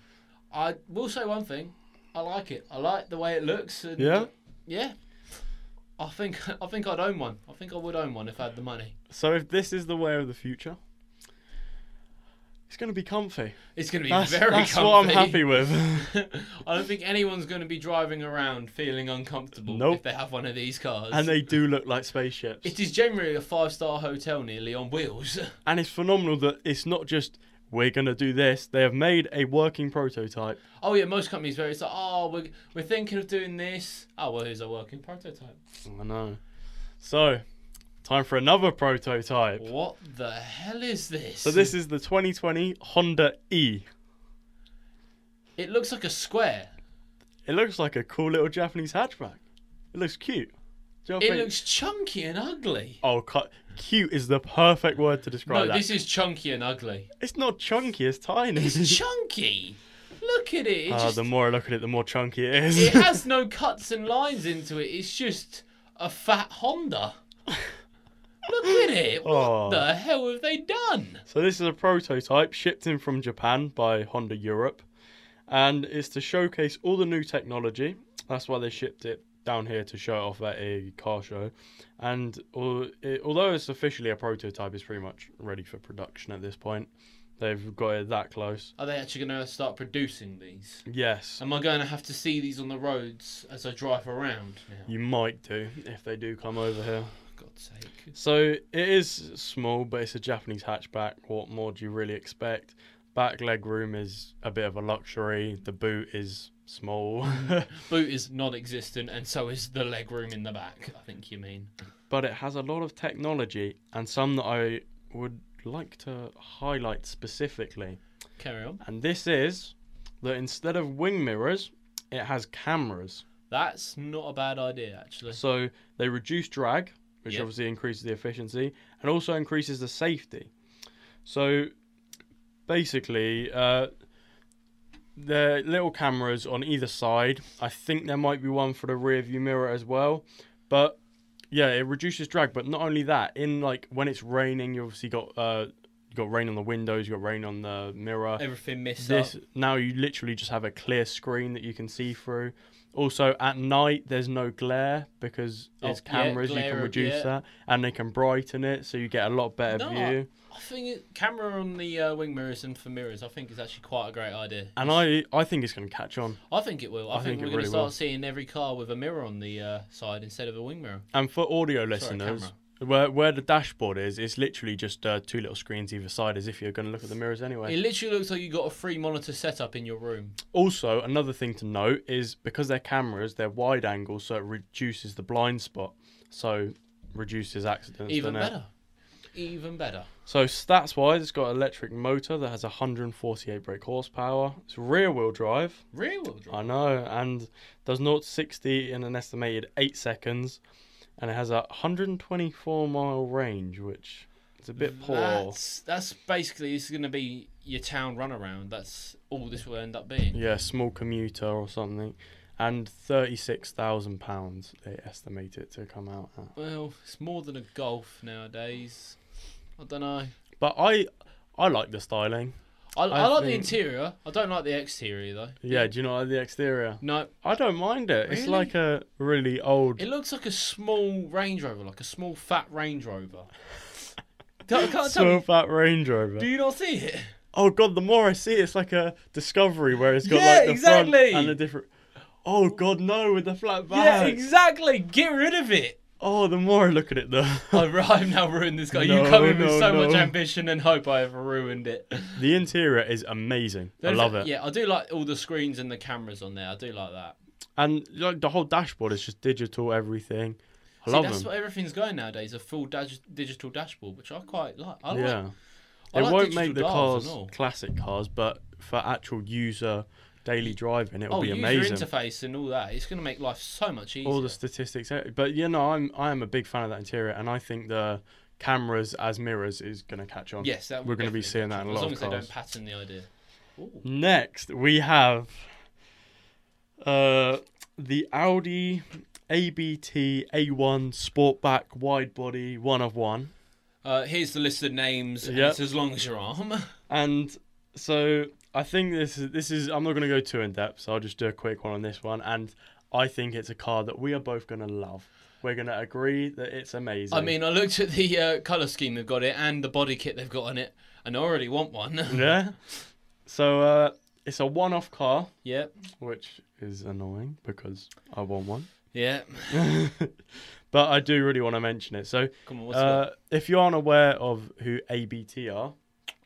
[SPEAKER 2] I will say one thing. I like it. I like the way it looks. And
[SPEAKER 1] Yeah.
[SPEAKER 2] Yeah. I think I think I'd own one. I think I would own one if I had the money.
[SPEAKER 1] So if this is the way of the future, it's gonna be comfy.
[SPEAKER 2] It's going to be
[SPEAKER 1] That's,
[SPEAKER 2] very
[SPEAKER 1] that's
[SPEAKER 2] comfy.
[SPEAKER 1] what I'm happy with.
[SPEAKER 2] I don't think anyone's going to be driving around feeling uncomfortable
[SPEAKER 1] Nope.
[SPEAKER 2] if they have one of these cars.
[SPEAKER 1] and they do look like spaceships.
[SPEAKER 2] it is generally a five-star hotel nearly on wheels.
[SPEAKER 1] and it's phenomenal that it's not just we're gonna do this. They have made a working prototype.
[SPEAKER 2] oh yeah, most companies where it's like, oh, we're, we're thinking of doing this. Oh well, here's a working prototype.
[SPEAKER 1] I know. So, time for another prototype.
[SPEAKER 2] What the hell is this?
[SPEAKER 1] So this is the 2020 Honda E.
[SPEAKER 2] It looks like a square.
[SPEAKER 1] It looks like a cool little Japanese hatchback. It looks cute. Do you know what I
[SPEAKER 2] It
[SPEAKER 1] think?
[SPEAKER 2] looks chunky and ugly.
[SPEAKER 1] Oh, cu- cute is the perfect word to describe
[SPEAKER 2] no,
[SPEAKER 1] that.
[SPEAKER 2] this is chunky and ugly.
[SPEAKER 1] It's not chunky, it's tiny.
[SPEAKER 2] It's chunky. Look at it. It,
[SPEAKER 1] Ah,
[SPEAKER 2] just,
[SPEAKER 1] the more I look at it, the more chunky it is.
[SPEAKER 2] it has no cuts and lines into it. It's just a fat Honda. Look at it. What
[SPEAKER 1] Oh.
[SPEAKER 2] the hell have they done?
[SPEAKER 1] so this is a prototype shipped in from Japan by Honda Europe, and it's to showcase all the new technology. That's why they shipped it down here to show it off at a car show. And al- it- although it's officially a prototype, it's pretty much ready for production at this point. They've got it that close.
[SPEAKER 2] Are they actually going to start producing these?
[SPEAKER 1] Yes,
[SPEAKER 2] Am I going to have to see these on the roads as I drive around now?
[SPEAKER 1] you might do if they do come over here.
[SPEAKER 2] For God's sake.
[SPEAKER 1] So it is small, but it's a Japanese hatchback. What more do you really expect? Back leg room is a bit of a luxury. The boot is small,
[SPEAKER 2] Boot is non existent, and so is the leg room in the back, I think you mean.
[SPEAKER 1] but it has a lot of technology and some that I would like to highlight specifically.
[SPEAKER 2] Carry on.
[SPEAKER 1] And this is that instead of wing mirrors, it has cameras.
[SPEAKER 2] That's not a bad idea, actually.
[SPEAKER 1] So they reduce drag, which
[SPEAKER 2] Yep.
[SPEAKER 1] obviously increases the efficiency and also increases the safety. So basically, uh, the little cameras on either side. I think there might be one for the rear view mirror as well, but yeah, it reduces drag. But not only that, in like when it's raining, you obviously got uh, you got rain on the windows, you got rain on the mirror
[SPEAKER 2] Everything missed
[SPEAKER 1] this
[SPEAKER 2] up.
[SPEAKER 1] now you literally just have a clear screen that you can see through also at night there's no glare because
[SPEAKER 2] Oh,
[SPEAKER 1] it's
[SPEAKER 2] yeah,
[SPEAKER 1] cameras you
[SPEAKER 2] glare,
[SPEAKER 1] can reduce
[SPEAKER 2] yeah.
[SPEAKER 1] that and they can brighten it so you get a lot better
[SPEAKER 2] No,
[SPEAKER 1] view
[SPEAKER 2] I think it, camera on the uh, wing mirrors and for mirrors, I think is actually quite a great idea.
[SPEAKER 1] and i i think it's going to catch on
[SPEAKER 2] I think it will.
[SPEAKER 1] I
[SPEAKER 2] I, think,
[SPEAKER 1] think it
[SPEAKER 2] we're going
[SPEAKER 1] really
[SPEAKER 2] to start
[SPEAKER 1] will.
[SPEAKER 2] seeing every car with a mirror on the uh, side instead of a wing mirror.
[SPEAKER 1] and for audio
[SPEAKER 2] Sorry,
[SPEAKER 1] listeners
[SPEAKER 2] camera.
[SPEAKER 1] where, where the dashboard is it's literally just uh, two little screens either side as if you're going to look at the mirrors anyway
[SPEAKER 2] It literally looks like you got a free monitor setup in your room.
[SPEAKER 1] also another thing to note is because they're cameras they're wide angle so it reduces the blind spot so reduces accidents
[SPEAKER 2] Even
[SPEAKER 1] doesn't it?
[SPEAKER 2] better. Even better.
[SPEAKER 1] So stats wise, it's got an electric motor that has 148 brake horsepower. It's rear wheel drive,
[SPEAKER 2] Rear wheel drive.
[SPEAKER 1] I know, and does 0 to 60 in an estimated 8 seconds. And it has a 124 mile range, which is a bit poor.
[SPEAKER 2] That's, that's basically this is going to be your town runaround. That's all this will end up being.
[SPEAKER 1] Yeah, small commuter or something. And £36,000 they estimate it to come out at.
[SPEAKER 2] Well, it's more than a golf nowadays. I don't know.
[SPEAKER 1] But I I like the styling.
[SPEAKER 2] I, I,
[SPEAKER 1] I
[SPEAKER 2] like the
[SPEAKER 1] think-
[SPEAKER 2] interior. I don't like the exterior though.
[SPEAKER 1] Yeah, do you not like the exterior?
[SPEAKER 2] No,
[SPEAKER 1] I don't mind it. It's
[SPEAKER 2] Really?
[SPEAKER 1] like a really old.
[SPEAKER 2] it looks like a small Range Rover, like a small fat Range Rover. Don't- I can't tell.
[SPEAKER 1] Small fat Range Rover.
[SPEAKER 2] Do you not see it?
[SPEAKER 1] Oh god, the more I see it, it's like a discovery where it's got
[SPEAKER 2] Yeah,
[SPEAKER 1] like the
[SPEAKER 2] exactly.
[SPEAKER 1] front and the different. Oh god, no, with the flat back.
[SPEAKER 2] Yeah, exactly. Get rid of it.
[SPEAKER 1] oh, the more I look at it, though,
[SPEAKER 2] I've, I've now ruined this guy. you
[SPEAKER 1] No,
[SPEAKER 2] come in with
[SPEAKER 1] no,
[SPEAKER 2] so much
[SPEAKER 1] no.
[SPEAKER 2] ambition and hope I have ruined it.
[SPEAKER 1] the interior is amazing. I love it.
[SPEAKER 2] Yeah, I do like all the screens and the cameras on there. I do like that.
[SPEAKER 1] And like the whole dashboard is just digital, everything. I
[SPEAKER 2] See,
[SPEAKER 1] love
[SPEAKER 2] that's
[SPEAKER 1] them.
[SPEAKER 2] what everything's going nowadays, a full dag- digital dashboard, which I quite like. I like
[SPEAKER 1] yeah,
[SPEAKER 2] I
[SPEAKER 1] it
[SPEAKER 2] like
[SPEAKER 1] won't
[SPEAKER 2] digital
[SPEAKER 1] make the
[SPEAKER 2] dials
[SPEAKER 1] cars
[SPEAKER 2] and all.
[SPEAKER 1] classic cars, but for actual user daily driving, it'll
[SPEAKER 2] oh,
[SPEAKER 1] be
[SPEAKER 2] user
[SPEAKER 1] amazing.
[SPEAKER 2] interface and all that. It's going to make life so much easier.
[SPEAKER 1] all the statistics. eh, But you know, I'm I am a big fan of that interior, and I think the cameras as mirrors is going to catch on.
[SPEAKER 2] yes, that
[SPEAKER 1] we're going to be
[SPEAKER 2] definitely
[SPEAKER 1] seeing that in a
[SPEAKER 2] as
[SPEAKER 1] lot of
[SPEAKER 2] long as
[SPEAKER 1] cars.
[SPEAKER 2] they don't pattern the idea. Ooh.
[SPEAKER 1] Next, we have uh, the Audi ABT A1 Sportback wide body one of one,
[SPEAKER 2] Uh, here's the list of names. and
[SPEAKER 1] Yep.
[SPEAKER 2] It's as long as your arm.
[SPEAKER 1] and so I think this is this is I'm not going to go too in depth, so I'll just do a quick one on this one, and I think it's a car that we are both going to love. We're going to agree that it's amazing.
[SPEAKER 2] I mean, I looked at the uh, color scheme they've got it and the body kit they've got on it, and I already want one.
[SPEAKER 1] yeah. So uh, it's a one-off car,
[SPEAKER 2] yep.
[SPEAKER 1] which is annoying because I want one.
[SPEAKER 2] Yeah.
[SPEAKER 1] but I do really want to mention it. So
[SPEAKER 2] Come on. What's it?
[SPEAKER 1] Uh, if you aren't aware of who ABT are,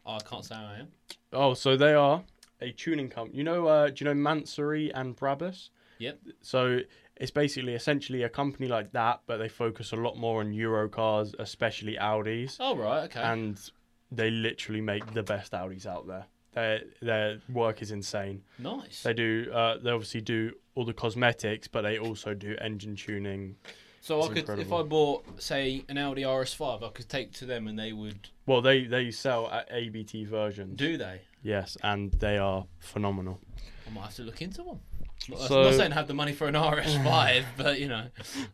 [SPEAKER 2] Oh, I can't say I am.
[SPEAKER 1] oh, so they are a tuning company. You know, uh, do you know Mansory and Brabus?
[SPEAKER 2] Yep.
[SPEAKER 1] So it's basically essentially a company like that, but they focus a lot more on Euro cars, especially Audis,
[SPEAKER 2] Oh right. Okay.
[SPEAKER 1] and they literally make the best Audis out there. Their their work is insane.
[SPEAKER 2] Nice.
[SPEAKER 1] They do. Uh, they obviously do all the cosmetics, but they also do engine tuning.
[SPEAKER 2] So
[SPEAKER 1] It's
[SPEAKER 2] I could,
[SPEAKER 1] incredible.
[SPEAKER 2] if I bought, say, an Audi RS5, I could take to them and they would
[SPEAKER 1] Well, they they sell at ABT versions.
[SPEAKER 2] do they.
[SPEAKER 1] Yes, and they are phenomenal.
[SPEAKER 2] I might have to look into one. Not,
[SPEAKER 1] So-
[SPEAKER 2] not saying I have the money for an RS5, but you know,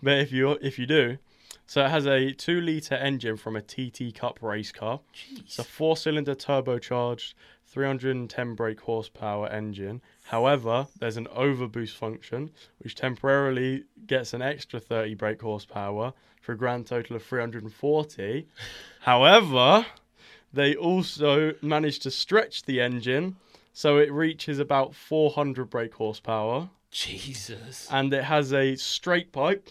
[SPEAKER 1] But if you if you do, so it has a two liter engine from a TT Cup race car. It's
[SPEAKER 2] jeez,
[SPEAKER 1] a four cylinder turbocharged, 310 brake horsepower engine. However, there's an overboost function which temporarily gets an extra 30 brake horsepower for a grand total of 340. However, they also managed to stretch the engine so it reaches about 400 brake horsepower
[SPEAKER 2] Jesus.
[SPEAKER 1] and it has a straight pipe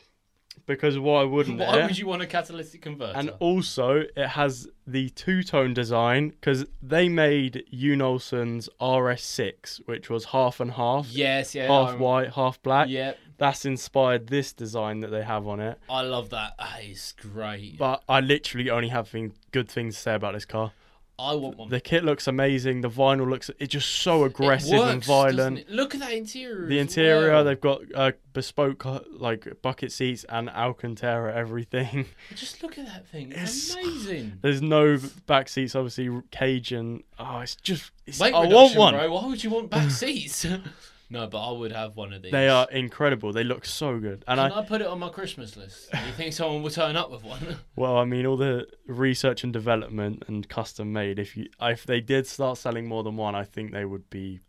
[SPEAKER 1] because why wouldn't
[SPEAKER 2] Why
[SPEAKER 1] it?
[SPEAKER 2] would you want a catalytic converter?
[SPEAKER 1] And also, it has the two tone design because they made Unolson's RS6, which was half and half,
[SPEAKER 2] yes, yeah,
[SPEAKER 1] half
[SPEAKER 2] I'm-
[SPEAKER 1] white, half black.
[SPEAKER 2] Yeah,
[SPEAKER 1] That's inspired this design that they have on it.
[SPEAKER 2] I love that. That is great.
[SPEAKER 1] But I literally only have thing, good things to say about this car.
[SPEAKER 2] I want one.
[SPEAKER 1] The kit looks amazing. The vinyl looks, it's just so
[SPEAKER 2] It
[SPEAKER 1] aggressive and
[SPEAKER 2] works, doesn't
[SPEAKER 1] violent.
[SPEAKER 2] it? Look at that interior.
[SPEAKER 1] The
[SPEAKER 2] as
[SPEAKER 1] interior,
[SPEAKER 2] well.
[SPEAKER 1] they've got uh, bespoke uh, like bucket seats and Alcantara everything.
[SPEAKER 2] Just look at that thing.
[SPEAKER 1] It's-
[SPEAKER 2] It's amazing.
[SPEAKER 1] There's no back seats, obviously Cajun. Oh, it's just. It's,
[SPEAKER 2] Weight
[SPEAKER 1] I want
[SPEAKER 2] reduction,
[SPEAKER 1] one.
[SPEAKER 2] bro. Why would you want back seats? no, but I would have one of these.
[SPEAKER 1] They are incredible. They look so good. And
[SPEAKER 2] Can
[SPEAKER 1] I,
[SPEAKER 2] I put it on my Christmas list? Do you think someone will turn up with one?
[SPEAKER 1] well, I mean, all the research and development and custom made. If you, if they did start selling more than one, I think they would be.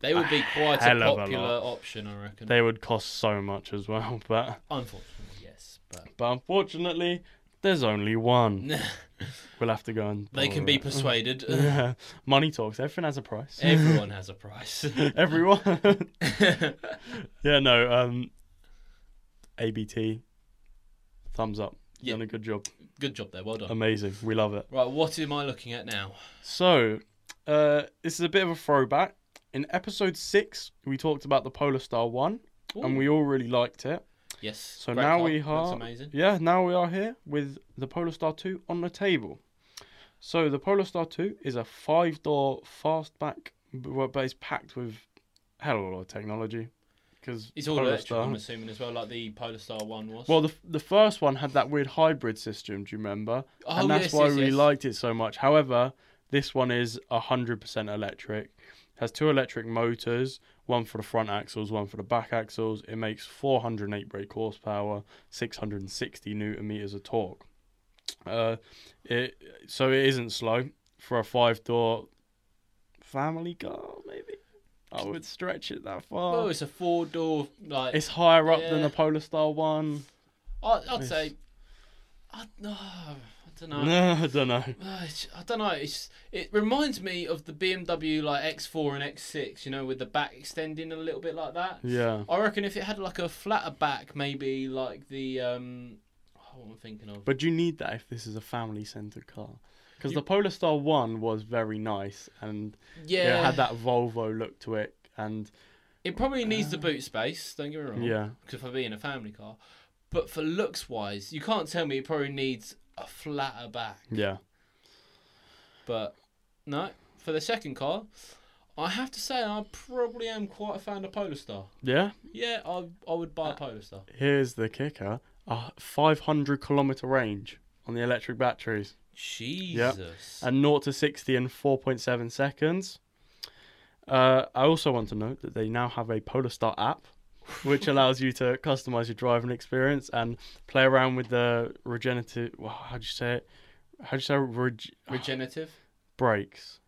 [SPEAKER 2] They would be quite a
[SPEAKER 1] Ah, hell of a
[SPEAKER 2] popular option, I reckon.
[SPEAKER 1] They would cost so much as well. But,
[SPEAKER 2] Unfortunately, yes, but
[SPEAKER 1] but unfortunately, there's only one. We'll have to go and.
[SPEAKER 2] they can
[SPEAKER 1] borrow
[SPEAKER 2] be
[SPEAKER 1] it.
[SPEAKER 2] persuaded.
[SPEAKER 1] Yeah. Money talks. Everything has a price.
[SPEAKER 2] Everyone has a price.
[SPEAKER 1] Everyone. yeah. No. Um. ABT. Thumbs up.
[SPEAKER 2] Yeah.
[SPEAKER 1] Done a good job.
[SPEAKER 2] Good job there. Well done.
[SPEAKER 1] Amazing. We love it.
[SPEAKER 2] right, what am I looking at now?
[SPEAKER 1] So, uh, this is a bit of a throwback. In episode six, we talked about the Polar Star one, and
[SPEAKER 2] Ooh,
[SPEAKER 1] we all really liked it.
[SPEAKER 2] yes.
[SPEAKER 1] So
[SPEAKER 2] great
[SPEAKER 1] now
[SPEAKER 2] car.
[SPEAKER 1] we
[SPEAKER 2] Looks
[SPEAKER 1] are-
[SPEAKER 2] amazing.
[SPEAKER 1] Yeah, now we are here with the Polar Star two on the table. So the Polar Star two is a five-door fastback, b- well, but it's packed with hell of a lot of technology. Because
[SPEAKER 2] It's all electric, I'm assuming as well, like the Polar Star one was.
[SPEAKER 1] Well, the the first one had that weird hybrid system. Do you remember?
[SPEAKER 2] oh,
[SPEAKER 1] and that's
[SPEAKER 2] yes,
[SPEAKER 1] why
[SPEAKER 2] yes,
[SPEAKER 1] we
[SPEAKER 2] yes.
[SPEAKER 1] liked it so much. However, this one is 100% electric. Has two electric motors, one for the front axles, one for the back axles. It makes 408 brake horsepower, 660 newton meters of torque. Uh, it so it isn't slow for a five door family car. Maybe I would stretch it that far.
[SPEAKER 2] Oh, it's a four door like
[SPEAKER 1] it's higher up than
[SPEAKER 2] yeah.
[SPEAKER 1] the Polar Star one.
[SPEAKER 2] I, I'd
[SPEAKER 1] it's-
[SPEAKER 2] say I, no, I don't know.
[SPEAKER 1] No, I don't know.
[SPEAKER 2] Uh, it's- I don't know. It's it reminds me of the BMW like X4 and X6, you know, with the back extending a little bit like that.
[SPEAKER 1] Yeah,
[SPEAKER 2] I reckon if it had like a flatter back, maybe like the um, oh, what am I thinking of?
[SPEAKER 1] But you need that if this is a family centered car. Because
[SPEAKER 2] You-
[SPEAKER 1] the Polar Star 1 was very nice and
[SPEAKER 2] yeah,
[SPEAKER 1] it had that Volvo look to it. And
[SPEAKER 2] It probably needs
[SPEAKER 1] Uh.
[SPEAKER 2] the boot space. Don't get me wrong.
[SPEAKER 1] yeah,
[SPEAKER 2] Because for being a family car, but for looks wise, you can't tell me it probably needs a flatter back.
[SPEAKER 1] yeah.
[SPEAKER 2] But no, for the second car, I have to say I probably am quite a fan of Polar Star.
[SPEAKER 1] Yeah,
[SPEAKER 2] Yeah, I I would buy a
[SPEAKER 1] Uh,
[SPEAKER 2] Polar Star.
[SPEAKER 1] here's the kicker a 500 kilometer range on the electric batteries
[SPEAKER 2] Jesus.
[SPEAKER 1] and 0 to 60 in 4.7 seconds. Uh, I also want to note that they now have a Polar Star app. which allows you to customize your driving experience and play around with the regenerative. Well, how'd you say it? How'd you say reg-
[SPEAKER 2] Regenerative.
[SPEAKER 1] brakes?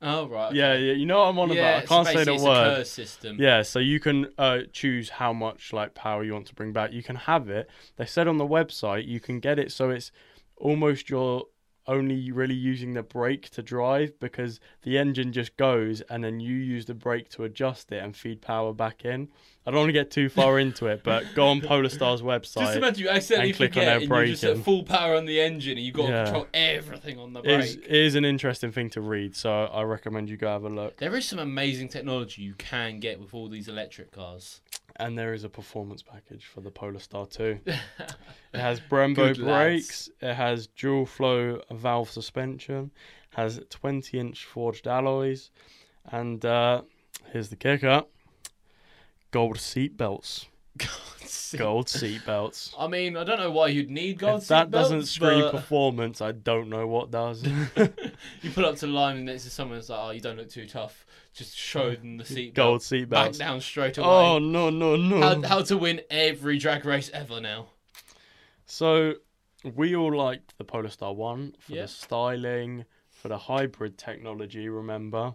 [SPEAKER 2] Oh right. okay.
[SPEAKER 1] Yeah, yeah, you know what I'm on about. I
[SPEAKER 2] so
[SPEAKER 1] can't say
[SPEAKER 2] basically
[SPEAKER 1] the
[SPEAKER 2] it's A
[SPEAKER 1] word.
[SPEAKER 2] curve system.
[SPEAKER 1] Yeah, so you can uh, choose how much like power you want to bring back. You can have it. They said on the website you can get it so it's almost you're only really using the brake to drive because the engine just goes and then you use the brake to adjust it and feed power back in. I don't want to get too far into it, but go on Polar Star's
[SPEAKER 2] Just
[SPEAKER 1] website.
[SPEAKER 2] imagine you accidentally
[SPEAKER 1] and click on
[SPEAKER 2] forget
[SPEAKER 1] their
[SPEAKER 2] and you just at
[SPEAKER 1] braking.
[SPEAKER 2] full power on the engine and you've got
[SPEAKER 1] Yeah.
[SPEAKER 2] to control everything on the
[SPEAKER 1] It
[SPEAKER 2] brake.
[SPEAKER 1] is, it is an interesting thing to read, so I recommend you go have a look.
[SPEAKER 2] There is some amazing technology you can get with all these electric cars.
[SPEAKER 1] and there is a performance package for the Polar Star 2. it has Brembo
[SPEAKER 2] Good lads.
[SPEAKER 1] brakes, it has dual flow valve suspension, has 20 inch forged alloys. And uh, here's the kicker gold seat belts. Gold seat belts.
[SPEAKER 2] I mean, I don't know why you'd need gold
[SPEAKER 1] If that
[SPEAKER 2] seatbelts,
[SPEAKER 1] doesn't scream
[SPEAKER 2] but
[SPEAKER 1] performance, I don't know what does.
[SPEAKER 2] you pull up to the line and next to someone that's like, "Oh, you don't look too tough." Just show them the seat
[SPEAKER 1] gold
[SPEAKER 2] belt.
[SPEAKER 1] seat
[SPEAKER 2] back
[SPEAKER 1] belts.
[SPEAKER 2] down straight away.
[SPEAKER 1] Oh, no, no, no.
[SPEAKER 2] how, how to win every drag race ever now?
[SPEAKER 1] So we all liked the Polestar 1 for
[SPEAKER 2] Yeah.
[SPEAKER 1] the styling, for the hybrid technology, remember.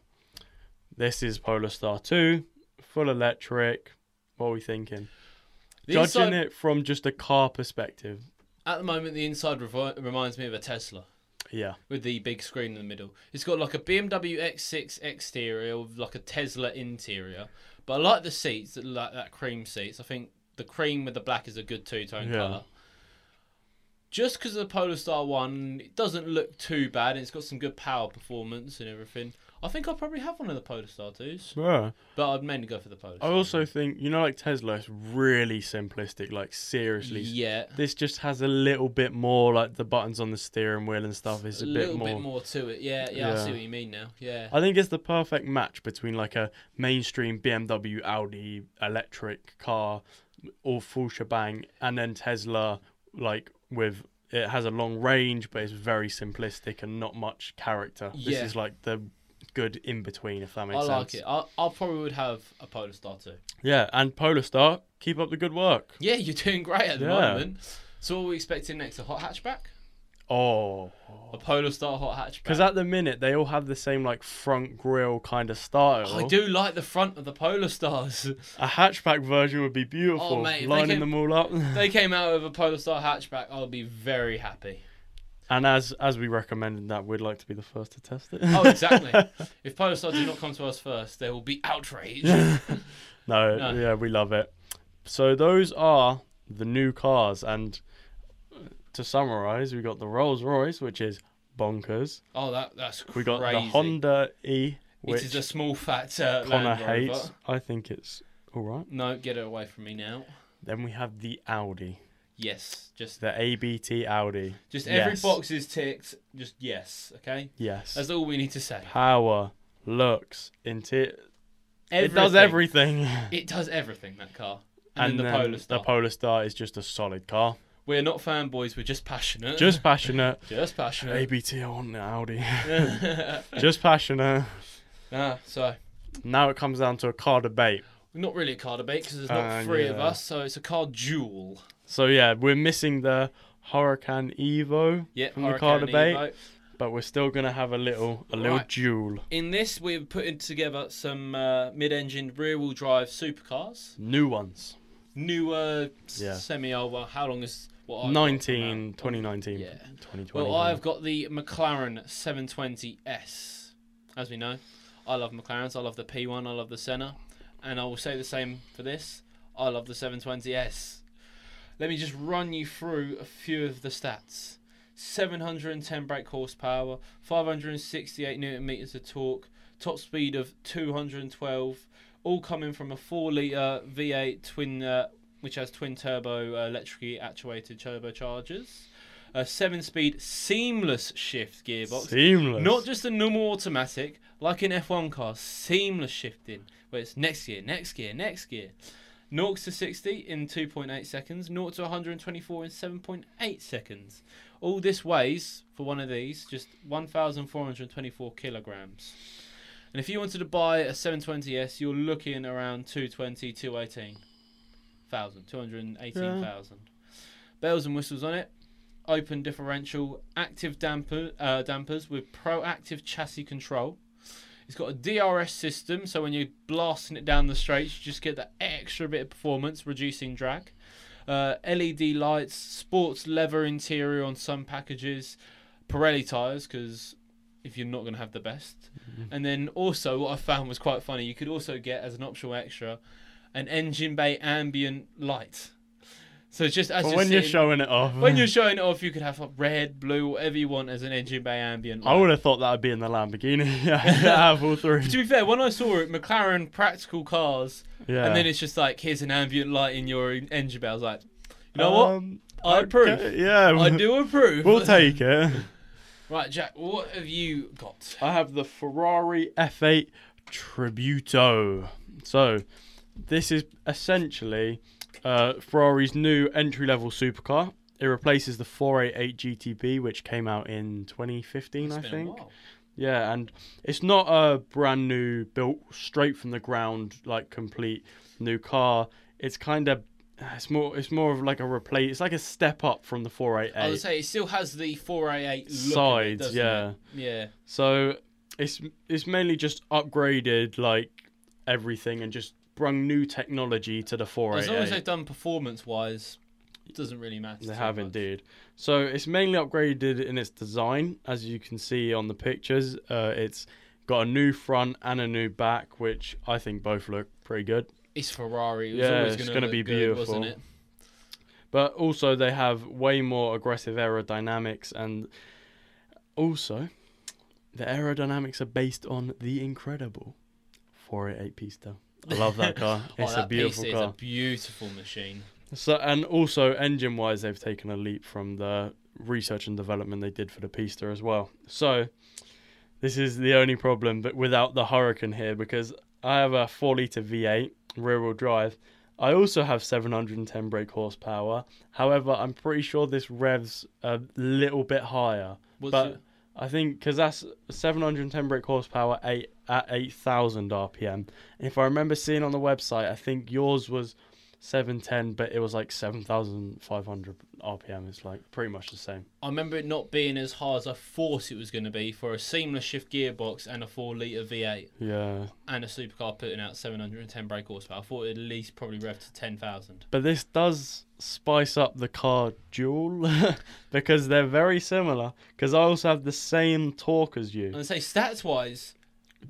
[SPEAKER 1] This is Polestar 2, full electric. What are we thinking?
[SPEAKER 2] The
[SPEAKER 1] Judging
[SPEAKER 2] inside-
[SPEAKER 1] it from just a car perspective.
[SPEAKER 2] At the moment, the inside revi- reminds me of a Tesla
[SPEAKER 1] Yeah.
[SPEAKER 2] with the big screen in the middle. It's got like a BMW X6 exterior with like a Tesla interior. But I like the seats, that like that cream seats. I think the cream with the black is a good two tone
[SPEAKER 1] Yeah.
[SPEAKER 2] color. Just because of the Polestar one, it doesn't look too bad. It's got some good power performance and everything. I think I'll probably have one of the Polestar twos,
[SPEAKER 1] yeah.
[SPEAKER 2] but I'd mainly go for the
[SPEAKER 1] I
[SPEAKER 2] Polestar.
[SPEAKER 1] also think, you know, like Tesla, it's really simplistic, like seriously.
[SPEAKER 2] yeah,
[SPEAKER 1] This just has a little bit more, like the buttons on the steering wheel and stuff is
[SPEAKER 2] a
[SPEAKER 1] a,
[SPEAKER 2] little bit more to it. Yeah, yeah, I
[SPEAKER 1] Yeah.
[SPEAKER 2] see what you mean now. Yeah,
[SPEAKER 1] I think it's the perfect match between like a mainstream BMW, Audi, electric car, all full shebang, and then Tesla, like with it has a long range, but it's very simplistic and not much character. This
[SPEAKER 2] Yeah.
[SPEAKER 1] is like the good in between, if that
[SPEAKER 2] I
[SPEAKER 1] makes sense.
[SPEAKER 2] like it. I, I probably would have a Polestar too.
[SPEAKER 1] Yeah, and Polestar, keep up the good work.
[SPEAKER 2] Yeah, you're doing great at the
[SPEAKER 1] Yeah.
[SPEAKER 2] moment. So what are we expecting next? A hot hatchback?
[SPEAKER 1] Oh.
[SPEAKER 2] A Polestar hot hatchback?
[SPEAKER 1] Because at the minute they all have the same like front grille kind of style.
[SPEAKER 2] I do like the front of the Polestars.
[SPEAKER 1] A hatchback version would be beautiful.
[SPEAKER 2] Oh, mate, if they
[SPEAKER 1] lining
[SPEAKER 2] came-
[SPEAKER 1] them all up.
[SPEAKER 2] they came out with a Polestar hatchback. I'll be very happy.
[SPEAKER 1] And as as we recommended that, we'd like to be the first to test it.
[SPEAKER 2] Oh, exactly. if Polestar do not come to us first, there will be outrage.
[SPEAKER 1] no,
[SPEAKER 2] No.
[SPEAKER 1] yeah, we love it. So those are the new cars, and to summarize, we got the Rolls Royce, which is bonkers.
[SPEAKER 2] Oh, that that's crazy.
[SPEAKER 1] We got the Honda E,
[SPEAKER 2] it is
[SPEAKER 1] which
[SPEAKER 2] a small fat uh,
[SPEAKER 1] Connor
[SPEAKER 2] Land Rover.
[SPEAKER 1] hates. I think it's all right.
[SPEAKER 2] No, get it away from me now.
[SPEAKER 1] Then we have the Audi,
[SPEAKER 2] Yes, just
[SPEAKER 1] the ABT Audi.
[SPEAKER 2] just every
[SPEAKER 1] Yes.
[SPEAKER 2] box is ticked. Just yes, okay.
[SPEAKER 1] Yes,
[SPEAKER 2] That's all we need to say.
[SPEAKER 1] power, looks, interior. It does
[SPEAKER 2] Everything.
[SPEAKER 1] everything.
[SPEAKER 2] It does everything that car. And, then the
[SPEAKER 1] then
[SPEAKER 2] Polestar.
[SPEAKER 1] The Polestar is just a solid car.
[SPEAKER 2] we're not fanboys. We're just passionate.
[SPEAKER 1] Just passionate.
[SPEAKER 2] just passionate.
[SPEAKER 1] ABT, I want an Audi.
[SPEAKER 2] nah,
[SPEAKER 1] Just passionate.
[SPEAKER 2] so
[SPEAKER 1] Now it comes down to a car debate.
[SPEAKER 2] not really a car debate because there's not
[SPEAKER 1] Uh,
[SPEAKER 2] three of
[SPEAKER 1] yeah.
[SPEAKER 2] us. So it's a car duel.
[SPEAKER 1] So yeah, we're missing the Huracan Evo,
[SPEAKER 2] Yeah,
[SPEAKER 1] From the car
[SPEAKER 2] Huracan
[SPEAKER 1] debate.
[SPEAKER 2] Evo.
[SPEAKER 1] but we're still gonna have a little a little
[SPEAKER 2] Right.
[SPEAKER 1] duel.
[SPEAKER 2] In this, we're putting together some uh, mid-engine rear-wheel drive supercars,
[SPEAKER 1] New ones.
[SPEAKER 2] newer
[SPEAKER 1] Yeah.
[SPEAKER 2] semi. Oh well, how long is what? I've got Oh, come
[SPEAKER 1] 19,
[SPEAKER 2] out?
[SPEAKER 1] 2019,
[SPEAKER 2] Yeah.
[SPEAKER 1] 2020.
[SPEAKER 2] Well, I've got the McLaren 720S. As we know, I love McLarens. I love the P1. I love the Senna. And I will say the same for this. I love the 720S. Let me just run you through a few of the stats 710 brake horsepower, 568 newton meters of torque, top speed of 212, all coming from a 4 litre V8 twin, uh, which has twin turbo uh, electrically actuated turbochargers a seven speed seamless shift gearbox.
[SPEAKER 1] Seamless.
[SPEAKER 2] Not just a normal automatic, like in F1 cars, seamless shifting, where it's next gear, next gear, next gear. 0 to 60 in 2.8 seconds, 0 to 124 in 7.8 seconds. All this weighs, for one of these, just 1,424 kilograms. And if you wanted to buy a 720S, you're looking around 220, 218. 218,000. Bells and whistles on it open differential, active damper uh, dampers with proactive chassis control. It's got a DRS system, so when you're blasting it down the straights, you just get that extra bit of performance, reducing drag. Uh, LED lights, sports leather interior on some packages, Pirelli tires because if you're not going to have the best.
[SPEAKER 1] Mm-hmm.
[SPEAKER 2] And then also, what I found was quite funny. You could also get as an optional extra an engine bay ambient light. So it's just as
[SPEAKER 1] But
[SPEAKER 2] you're
[SPEAKER 1] when you're
[SPEAKER 2] sitting-
[SPEAKER 1] showing it off,
[SPEAKER 2] when you're showing it off, you could have like, red, blue, whatever you want as an engine bay ambient.
[SPEAKER 1] I would have thought that would be in the Lamborghini. yeah, have all three.
[SPEAKER 2] to be fair, when I saw it, McLaren practical cars,
[SPEAKER 1] Yeah.
[SPEAKER 2] and then it's just like, here's an ambient light in your engine bay. I was like, you know what?
[SPEAKER 1] Um,
[SPEAKER 2] I approve.
[SPEAKER 1] okay, Yeah.
[SPEAKER 2] I do approve.
[SPEAKER 1] We'll take it.
[SPEAKER 2] Right, Jack, what have you got?
[SPEAKER 1] I have the Ferrari F8 Tributo. So, this is essentially uh, Ferrari's new entry level supercar. It replaces the 488 GTB, which came out in 2015,
[SPEAKER 2] It's
[SPEAKER 1] I
[SPEAKER 2] been a
[SPEAKER 1] think.
[SPEAKER 2] while.
[SPEAKER 1] Yeah, and it's not a brand new, built straight from the ground, like complete new car. It's kind of, it's more, it's more of like a replace. It's like a step up from the
[SPEAKER 2] I would
[SPEAKER 1] 488
[SPEAKER 2] say it still has the 488 look of it,
[SPEAKER 1] sides.
[SPEAKER 2] doesn't
[SPEAKER 1] Yeah.
[SPEAKER 2] it? Yeah.
[SPEAKER 1] So it's it's mainly just upgraded like everything and just brung new technology to the
[SPEAKER 2] As long as
[SPEAKER 1] 488.
[SPEAKER 2] they've done performance wise, it doesn't really matter.
[SPEAKER 1] They
[SPEAKER 2] too
[SPEAKER 1] have
[SPEAKER 2] much.
[SPEAKER 1] indeed. So it's mainly upgraded in its design, as you can see on the pictures. Uh, it's got a new front and a new back, which I think both look pretty good.
[SPEAKER 2] It's Ferrari. It was
[SPEAKER 1] Yeah,
[SPEAKER 2] always
[SPEAKER 1] it's
[SPEAKER 2] gonna
[SPEAKER 1] gonna
[SPEAKER 2] look
[SPEAKER 1] be
[SPEAKER 2] good,
[SPEAKER 1] beautiful.
[SPEAKER 2] wasn't it?
[SPEAKER 1] But also they have way more aggressive aerodynamics, and also the aerodynamics are based on the incredible 488 Pista. I love that car.
[SPEAKER 2] Oh,
[SPEAKER 1] It's
[SPEAKER 2] that
[SPEAKER 1] a beautiful
[SPEAKER 2] piece
[SPEAKER 1] car.
[SPEAKER 2] is a beautiful machine.
[SPEAKER 1] So and also engine wise, they've taken a leap from the research and development they did for the Pista as well. So this is the only problem, but without the Hurricane here, because I have a four liter V8 rear wheel drive. I also have 710 brake horsepower. However, I'm pretty sure this revs a little bit higher.
[SPEAKER 2] What's
[SPEAKER 1] but
[SPEAKER 2] it-
[SPEAKER 1] I think because that's 710 brake horsepower eight, at 8,000 RPM. And if I remember seeing on the website, I think yours was 710, but it was like 7,500 RPM. It's like pretty much the same.
[SPEAKER 2] I remember it not being as hard as I thought it was going to be for a seamless shift gearbox and a 4 litre V8
[SPEAKER 1] Yeah.
[SPEAKER 2] and a supercar putting out 710 brake horsepower. I thought it at least probably rev to 10,000.
[SPEAKER 1] But this does spice up the car duel because they're very similar. Because I also have the same torque as you.
[SPEAKER 2] And I say stats wise,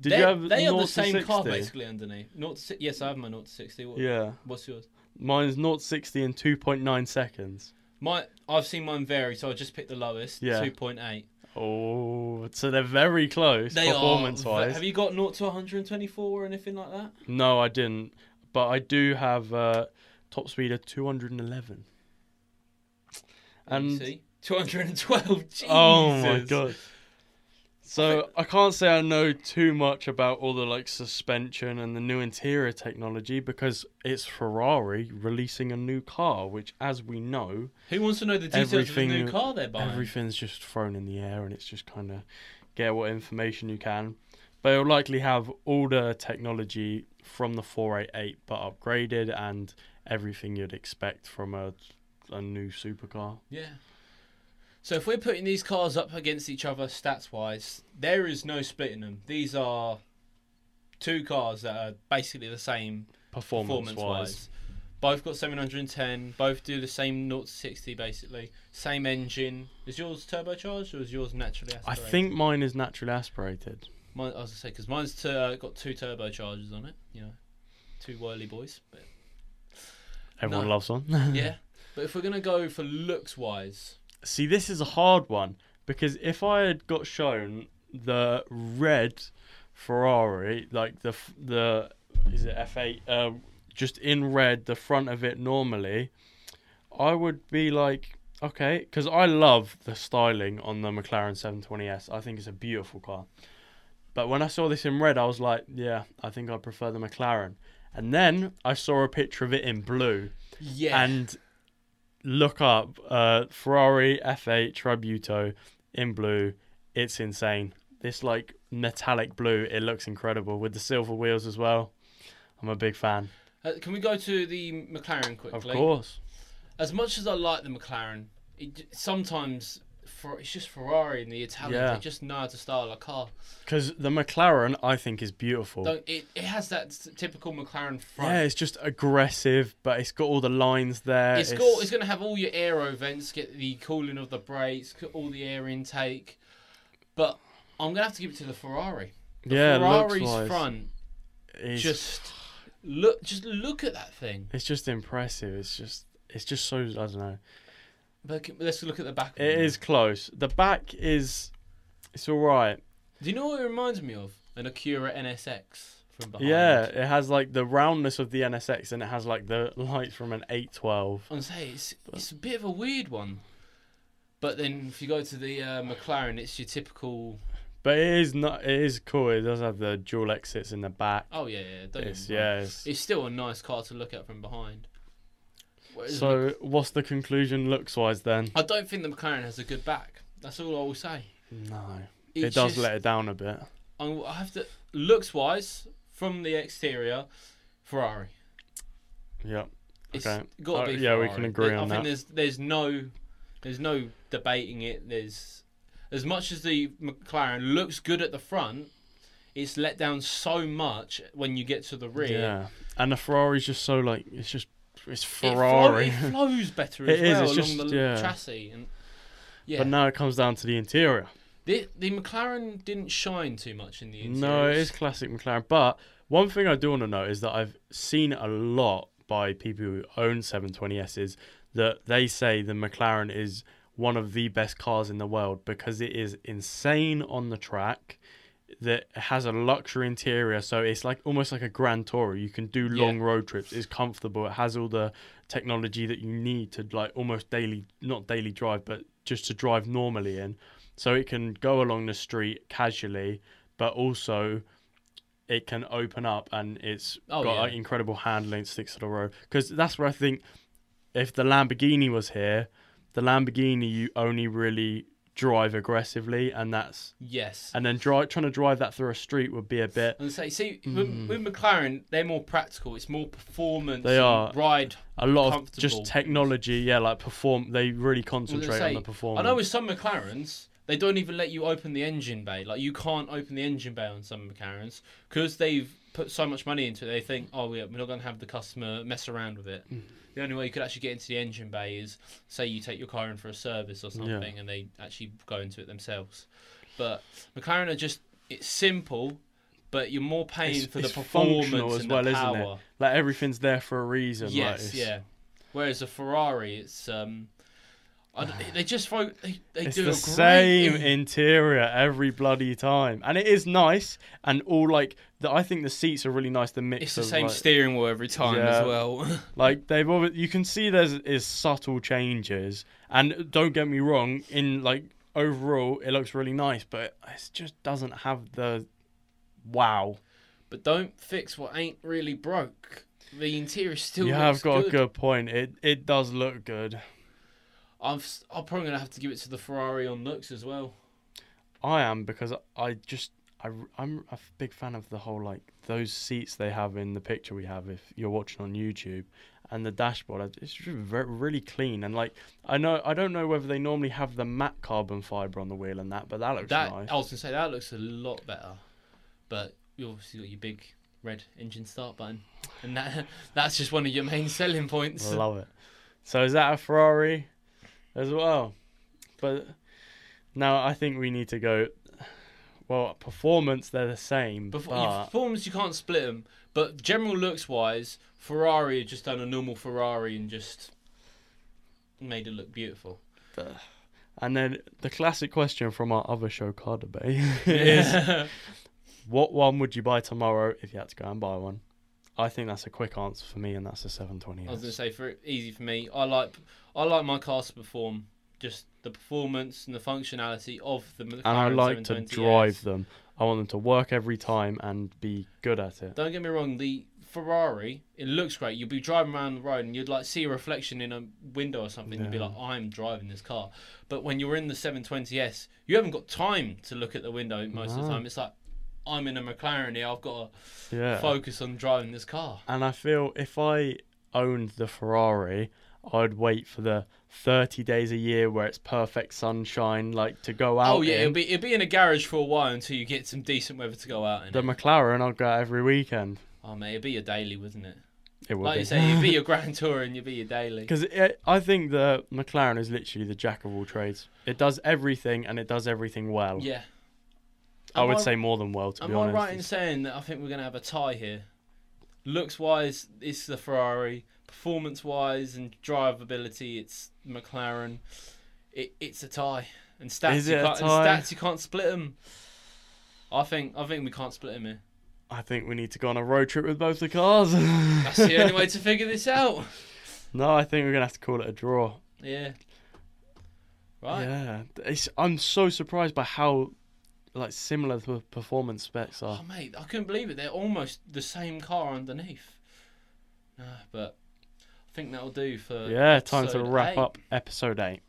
[SPEAKER 1] Did
[SPEAKER 2] they,
[SPEAKER 1] you have
[SPEAKER 2] they are
[SPEAKER 1] 0
[SPEAKER 2] the
[SPEAKER 1] to
[SPEAKER 2] same car
[SPEAKER 1] 60?
[SPEAKER 2] basically underneath. Not si- yes, I have my 0 to 60. What,
[SPEAKER 1] Yeah.
[SPEAKER 2] What's yours?
[SPEAKER 1] Mine's 0 to 60 in 2.9 seconds.
[SPEAKER 2] My I've seen mine vary, so I just picked the lowest,
[SPEAKER 1] Yeah.
[SPEAKER 2] 2.8.
[SPEAKER 1] Oh, so they're very close
[SPEAKER 2] They
[SPEAKER 1] performance
[SPEAKER 2] are.
[SPEAKER 1] wise.
[SPEAKER 2] Have you got 0 to 124 or anything like that?
[SPEAKER 1] No, I didn't. But I do have uh, top speed of 211.
[SPEAKER 2] Let me
[SPEAKER 1] And-
[SPEAKER 2] see. 212. Jesus.
[SPEAKER 1] Oh my god. So I can't say I know too much about all the like suspension and the new interior technology because it's Ferrari releasing a new car, which, as we know,
[SPEAKER 2] Who wants to know the details
[SPEAKER 1] Everything-
[SPEAKER 2] of the new car they're buying?
[SPEAKER 1] everything's just thrown in the air and it's just kind of get what information you can. But it'll likely have all the technology from the 488 but upgraded and everything you'd expect from a, a new supercar.
[SPEAKER 2] Yeah. So if we're putting these cars up against each other stats wise, there is no splitting them. These are two cars that are basically the same
[SPEAKER 1] Performance,
[SPEAKER 2] performance
[SPEAKER 1] wise.
[SPEAKER 2] wise. Both got 710, both do the same 0 to 60 basically, same engine. Is yours turbocharged or is yours naturally
[SPEAKER 1] I
[SPEAKER 2] aspirated?
[SPEAKER 1] think mine is naturally aspirated.
[SPEAKER 2] Mine, I was gonna say because mine's tu- uh, got two turbochargers on it, you know, two whirly boys. But
[SPEAKER 1] Everyone
[SPEAKER 2] No.
[SPEAKER 1] loves one.
[SPEAKER 2] yeah, but if we're gonna go for looks wise,
[SPEAKER 1] See, this is a hard one because if I had got shown the red Ferrari, like the f- the is it F8, uh, just in red, the front of it normally, I would be like, okay, because I love the styling on the McLaren 720S. I think it's a beautiful car. But when I saw this in red, I was like, yeah, I think I prefer the McLaren. And then I saw a picture of it in blue
[SPEAKER 2] yeah,
[SPEAKER 1] and look up uh, Ferrari F8 Tributo in blue. It's insane. This like metallic blue. It looks incredible with the silver wheels as well. I'm a big fan.
[SPEAKER 2] Uh, can we go to the McLaren quickly?
[SPEAKER 1] Of course.
[SPEAKER 2] As much as I like the McLaren, it, j- sometimes for, it's just Ferrari and the Italians.
[SPEAKER 1] Yeah.
[SPEAKER 2] They just know how to style a car.
[SPEAKER 1] Because the McLaren, I think, is beautiful.
[SPEAKER 2] Don't it? It has that s- typical McLaren front.
[SPEAKER 1] yeah, it's just aggressive, but it's got all the lines there.
[SPEAKER 2] it's got. It's going to have all your aero vents, get the cooling of the brakes, c- all the air intake. But I'm going to have to give it to the Ferrari. The
[SPEAKER 1] yeah,
[SPEAKER 2] Ferrari's
[SPEAKER 1] looks-wise,
[SPEAKER 2] front.
[SPEAKER 1] It's just,
[SPEAKER 2] Just look. Just look at that thing.
[SPEAKER 1] it's just impressive. It's just, it's just so I don't know.
[SPEAKER 2] But c- let's look at the back. of
[SPEAKER 1] It
[SPEAKER 2] one.
[SPEAKER 1] is close. The back is, it's all right.
[SPEAKER 2] Do you know what it reminds me of? An Acura NSX from behind.
[SPEAKER 1] Yeah, it has like the roundness of the NSX and it has like the lights from an 812.
[SPEAKER 2] I'm saying it's, it's a bit of a weird one. But then if you go to the uh, McLaren, it's your typical.
[SPEAKER 1] But it is not. It is cool. It does have the dual exits in the back.
[SPEAKER 2] Oh yeah, yeah. Don't
[SPEAKER 1] It's,
[SPEAKER 2] get me wrong.
[SPEAKER 1] yeah. It's,
[SPEAKER 2] It's still a nice car to look at from behind. Whereas Mc-
[SPEAKER 1] so what's the conclusion looks wise then?
[SPEAKER 2] I don't think the McLaren has a good back. That's all I will say.
[SPEAKER 1] No.
[SPEAKER 2] It's
[SPEAKER 1] it does
[SPEAKER 2] just-
[SPEAKER 1] let it down a bit.
[SPEAKER 2] I I have to looks wise from the exterior, Ferrari.
[SPEAKER 1] Yep.
[SPEAKER 2] It's
[SPEAKER 1] Okay.
[SPEAKER 2] got
[SPEAKER 1] Uh,
[SPEAKER 2] to be.
[SPEAKER 1] yeah, we
[SPEAKER 2] Ferrari.
[SPEAKER 1] can agree
[SPEAKER 2] There- I
[SPEAKER 1] on
[SPEAKER 2] think
[SPEAKER 1] that.
[SPEAKER 2] there's there's no there's no debating it. There's as much as the McLaren looks good at the front, it's let down so much when you get to the rear.
[SPEAKER 1] Yeah. And the Ferrari's just so like it's just it's
[SPEAKER 2] It flo-
[SPEAKER 1] Ferrari.
[SPEAKER 2] It, flows better as
[SPEAKER 1] It is,
[SPEAKER 2] well
[SPEAKER 1] it's
[SPEAKER 2] along
[SPEAKER 1] just-
[SPEAKER 2] the
[SPEAKER 1] yeah.
[SPEAKER 2] chassis and yeah.
[SPEAKER 1] But now it comes down to the interior.
[SPEAKER 2] the the McLaren didn't shine too much in the interior.
[SPEAKER 1] No, it is classic McLaren. But one thing I do want to note is that I've seen a lot by people who own 720Ss that they say the McLaren is one of the best cars in the world because it is insane on the track. That it has a luxury interior, so it's like almost like a Grand Tourer. You can do
[SPEAKER 2] Yeah.
[SPEAKER 1] long road trips. It's comfortable. It has all the technology that you need to like almost daily, not daily drive, but just to drive normally in. So it can go along the street casually, but also it can open up and it's
[SPEAKER 2] Oh,
[SPEAKER 1] got
[SPEAKER 2] yeah.
[SPEAKER 1] like, incredible handling, it sticks to the road. Because that's where I think if the Lamborghini was here, the Lamborghini you only really drive aggressively, and that's
[SPEAKER 2] Yes.
[SPEAKER 1] and then dri trying to drive that through a street would be a bit.
[SPEAKER 2] And say, see, with, with McLaren, they're more practical. It's more performance.
[SPEAKER 1] Hmm. They
[SPEAKER 2] and
[SPEAKER 1] are.
[SPEAKER 2] ride.
[SPEAKER 1] A lot of
[SPEAKER 2] Comfortable.
[SPEAKER 1] just technology, yeah, like perform. They really
[SPEAKER 2] I was
[SPEAKER 1] concentrate
[SPEAKER 2] gonna
[SPEAKER 1] on
[SPEAKER 2] say,
[SPEAKER 1] the performance.
[SPEAKER 2] I know with some McLarens, they don't even let you open the engine bay. Like you can't open the engine bay on some McLarens because they've put so much money into it. They think, oh, yeah, we're not going to have the customer mess around with
[SPEAKER 1] Hmm.
[SPEAKER 2] it. The only way you could actually get into the engine bay is, say, you take your car in for a service or something, and they actually go into it themselves. But McLaren are just it's simple, but you're more paying
[SPEAKER 1] It's-
[SPEAKER 2] for the
[SPEAKER 1] it's functional
[SPEAKER 2] performance
[SPEAKER 1] as
[SPEAKER 2] and
[SPEAKER 1] well,
[SPEAKER 2] the
[SPEAKER 1] isn't it?
[SPEAKER 2] power.
[SPEAKER 1] like everything's there for a reason. like,
[SPEAKER 2] Yes,
[SPEAKER 1] it's-
[SPEAKER 2] yeah. Whereas a Ferrari, it's um, I d they just throw they, they
[SPEAKER 1] It's
[SPEAKER 2] do
[SPEAKER 1] the
[SPEAKER 2] a
[SPEAKER 1] same
[SPEAKER 2] great.
[SPEAKER 1] interior every bloody time, and it is nice. And all like the, I think the seats are really nice. The mix.
[SPEAKER 2] It's the
[SPEAKER 1] of,
[SPEAKER 2] same
[SPEAKER 1] like,
[SPEAKER 2] steering wheel every time
[SPEAKER 1] Yeah.
[SPEAKER 2] as well.
[SPEAKER 1] Like they've always, you can see there's is subtle changes, and don't get me wrong. In like overall, it looks really nice, but it just doesn't have the wow.
[SPEAKER 2] but don't fix what ain't really broke. The interior still.
[SPEAKER 1] you have
[SPEAKER 2] looks
[SPEAKER 1] got
[SPEAKER 2] good.
[SPEAKER 1] a good point. It it does look good.
[SPEAKER 2] I'm s- I'm probably gonna have to give it to the Ferrari on looks as well.
[SPEAKER 1] I am because I just I I'm a f- big fan of the whole like those seats they have in the picture we have if you're watching on YouTube and the dashboard I- it's just very, really clean and like I know I don't know whether they normally have the matte carbon fiber on the wheel and that but that looks
[SPEAKER 2] that
[SPEAKER 1] nice.
[SPEAKER 2] I was gonna say that looks a lot better, but you obviously got your big red engine start button, and that that's just one of your main selling points.
[SPEAKER 1] I love it. So is that a Ferrari as well? But now I think we need to go well performance they're the same
[SPEAKER 2] Bef-
[SPEAKER 1] but
[SPEAKER 2] Performance, you can't split them, but general looks wise, Ferrari had just done a normal Ferrari and just made it look beautiful.
[SPEAKER 1] And then the classic question from our other show, Car Debate, is what one would you buy tomorrow if you had to go and buy one? I think that's a quick answer for me, and that's a
[SPEAKER 2] I was gonna
[SPEAKER 1] 720S.
[SPEAKER 2] say for easy for me, I like I like my cars to perform, just the performance and the functionality of the McLaren
[SPEAKER 1] And I like to
[SPEAKER 2] 720S.
[SPEAKER 1] drive them. I want them to work every time and be good at it.
[SPEAKER 2] Don't get me wrong, the Ferrari, it looks great. You'll be driving around the road and you'd like see a reflection in a window or something. You'd be
[SPEAKER 1] Yeah.
[SPEAKER 2] like, I'm driving this car. But when you're in the 720S, you haven't got time to look at the window most of the
[SPEAKER 1] No.
[SPEAKER 2] time. It's like, I'm in a McLaren here. I've got to
[SPEAKER 1] Yeah.
[SPEAKER 2] focus on driving this car.
[SPEAKER 1] And I feel if I owned the Ferrari, I'd wait for the 30 days a year where it's perfect sunshine, like to go out.
[SPEAKER 2] oh yeah,
[SPEAKER 1] in.
[SPEAKER 2] it'll be it'll be in a garage for a while until you get some decent weather to go out in.
[SPEAKER 1] the McLaren. I'll go out every weekend.
[SPEAKER 2] oh mate, it'd be your daily, wouldn't it?
[SPEAKER 1] It would
[SPEAKER 2] Like
[SPEAKER 1] be.
[SPEAKER 2] you say, it'd be your Grand Tour and you'd be your daily.
[SPEAKER 1] Because I think the McLaren is literally the jack of all trades. It does everything and it does everything well.
[SPEAKER 2] Yeah.
[SPEAKER 1] I
[SPEAKER 2] Am
[SPEAKER 1] would say more than well, to be
[SPEAKER 2] Am I
[SPEAKER 1] honest.
[SPEAKER 2] right in saying that I think we're going to have a tie here? Looks wise, it's the Ferrari. Performance wise and drivability, it's McLaren. It, it's a tie. And stats,
[SPEAKER 1] Is
[SPEAKER 2] you
[SPEAKER 1] it a
[SPEAKER 2] can't, and
[SPEAKER 1] tie?
[SPEAKER 2] stats, you can't split them. I think I think we can't split them here.
[SPEAKER 1] I think we need to go on a road trip with both the cars.
[SPEAKER 2] That's the only way to figure this out.
[SPEAKER 1] No, I think we're going to have to call it a draw.
[SPEAKER 2] Yeah. right?
[SPEAKER 1] Yeah, it's, I'm so surprised by how like similar the performance specs are.
[SPEAKER 2] Oh mate, I couldn't believe it. They're almost the same car underneath. Nah, but I think that'll do for.
[SPEAKER 1] yeah, time to
[SPEAKER 2] episode
[SPEAKER 1] wrap
[SPEAKER 2] eight.
[SPEAKER 1] up episode eight.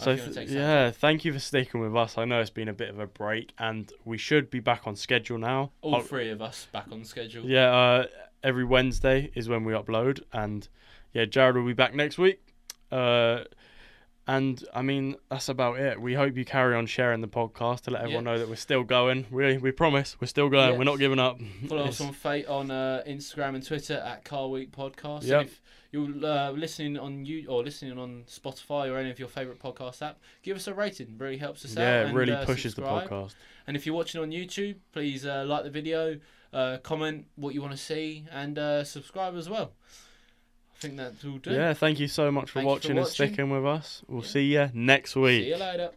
[SPEAKER 2] I
[SPEAKER 1] So
[SPEAKER 2] feel it
[SPEAKER 1] th-
[SPEAKER 2] takes
[SPEAKER 1] yeah, thank you for sticking with us. I know it's been a bit of a break, and we should be back on schedule now.
[SPEAKER 2] All
[SPEAKER 1] Oh,
[SPEAKER 2] three of us back on schedule.
[SPEAKER 1] Yeah, uh, every Wednesday is when we upload, and yeah, Jared will be back next week. Uh, and I mean, that's about it. We hope you carry on sharing the podcast to let everyone
[SPEAKER 2] Yeah.
[SPEAKER 1] know that we're still going. We we promise we're still going. We're
[SPEAKER 2] Yes.
[SPEAKER 1] not giving up.
[SPEAKER 2] Follow us
[SPEAKER 1] It's-
[SPEAKER 2] on Fate on uh, Instagram and Twitter at Car Week Podcast.
[SPEAKER 1] Yep.
[SPEAKER 2] And if you're uh, listening on you or listening on Spotify or any of your favorite podcast app, give us a rating. Really helps us out.
[SPEAKER 1] yeah, it
[SPEAKER 2] and,
[SPEAKER 1] really
[SPEAKER 2] uh,
[SPEAKER 1] pushes
[SPEAKER 2] subscribe.
[SPEAKER 1] the podcast.
[SPEAKER 2] And if you're watching on YouTube, please uh, like the video, uh, comment what you want to see, and uh, subscribe as well. I think that's all. Do.
[SPEAKER 1] Yeah, thank you so much for
[SPEAKER 2] Thank you for
[SPEAKER 1] watching and
[SPEAKER 2] watching.
[SPEAKER 1] sticking with us. We'll
[SPEAKER 2] Yeah.
[SPEAKER 1] see you next week.
[SPEAKER 2] See you later.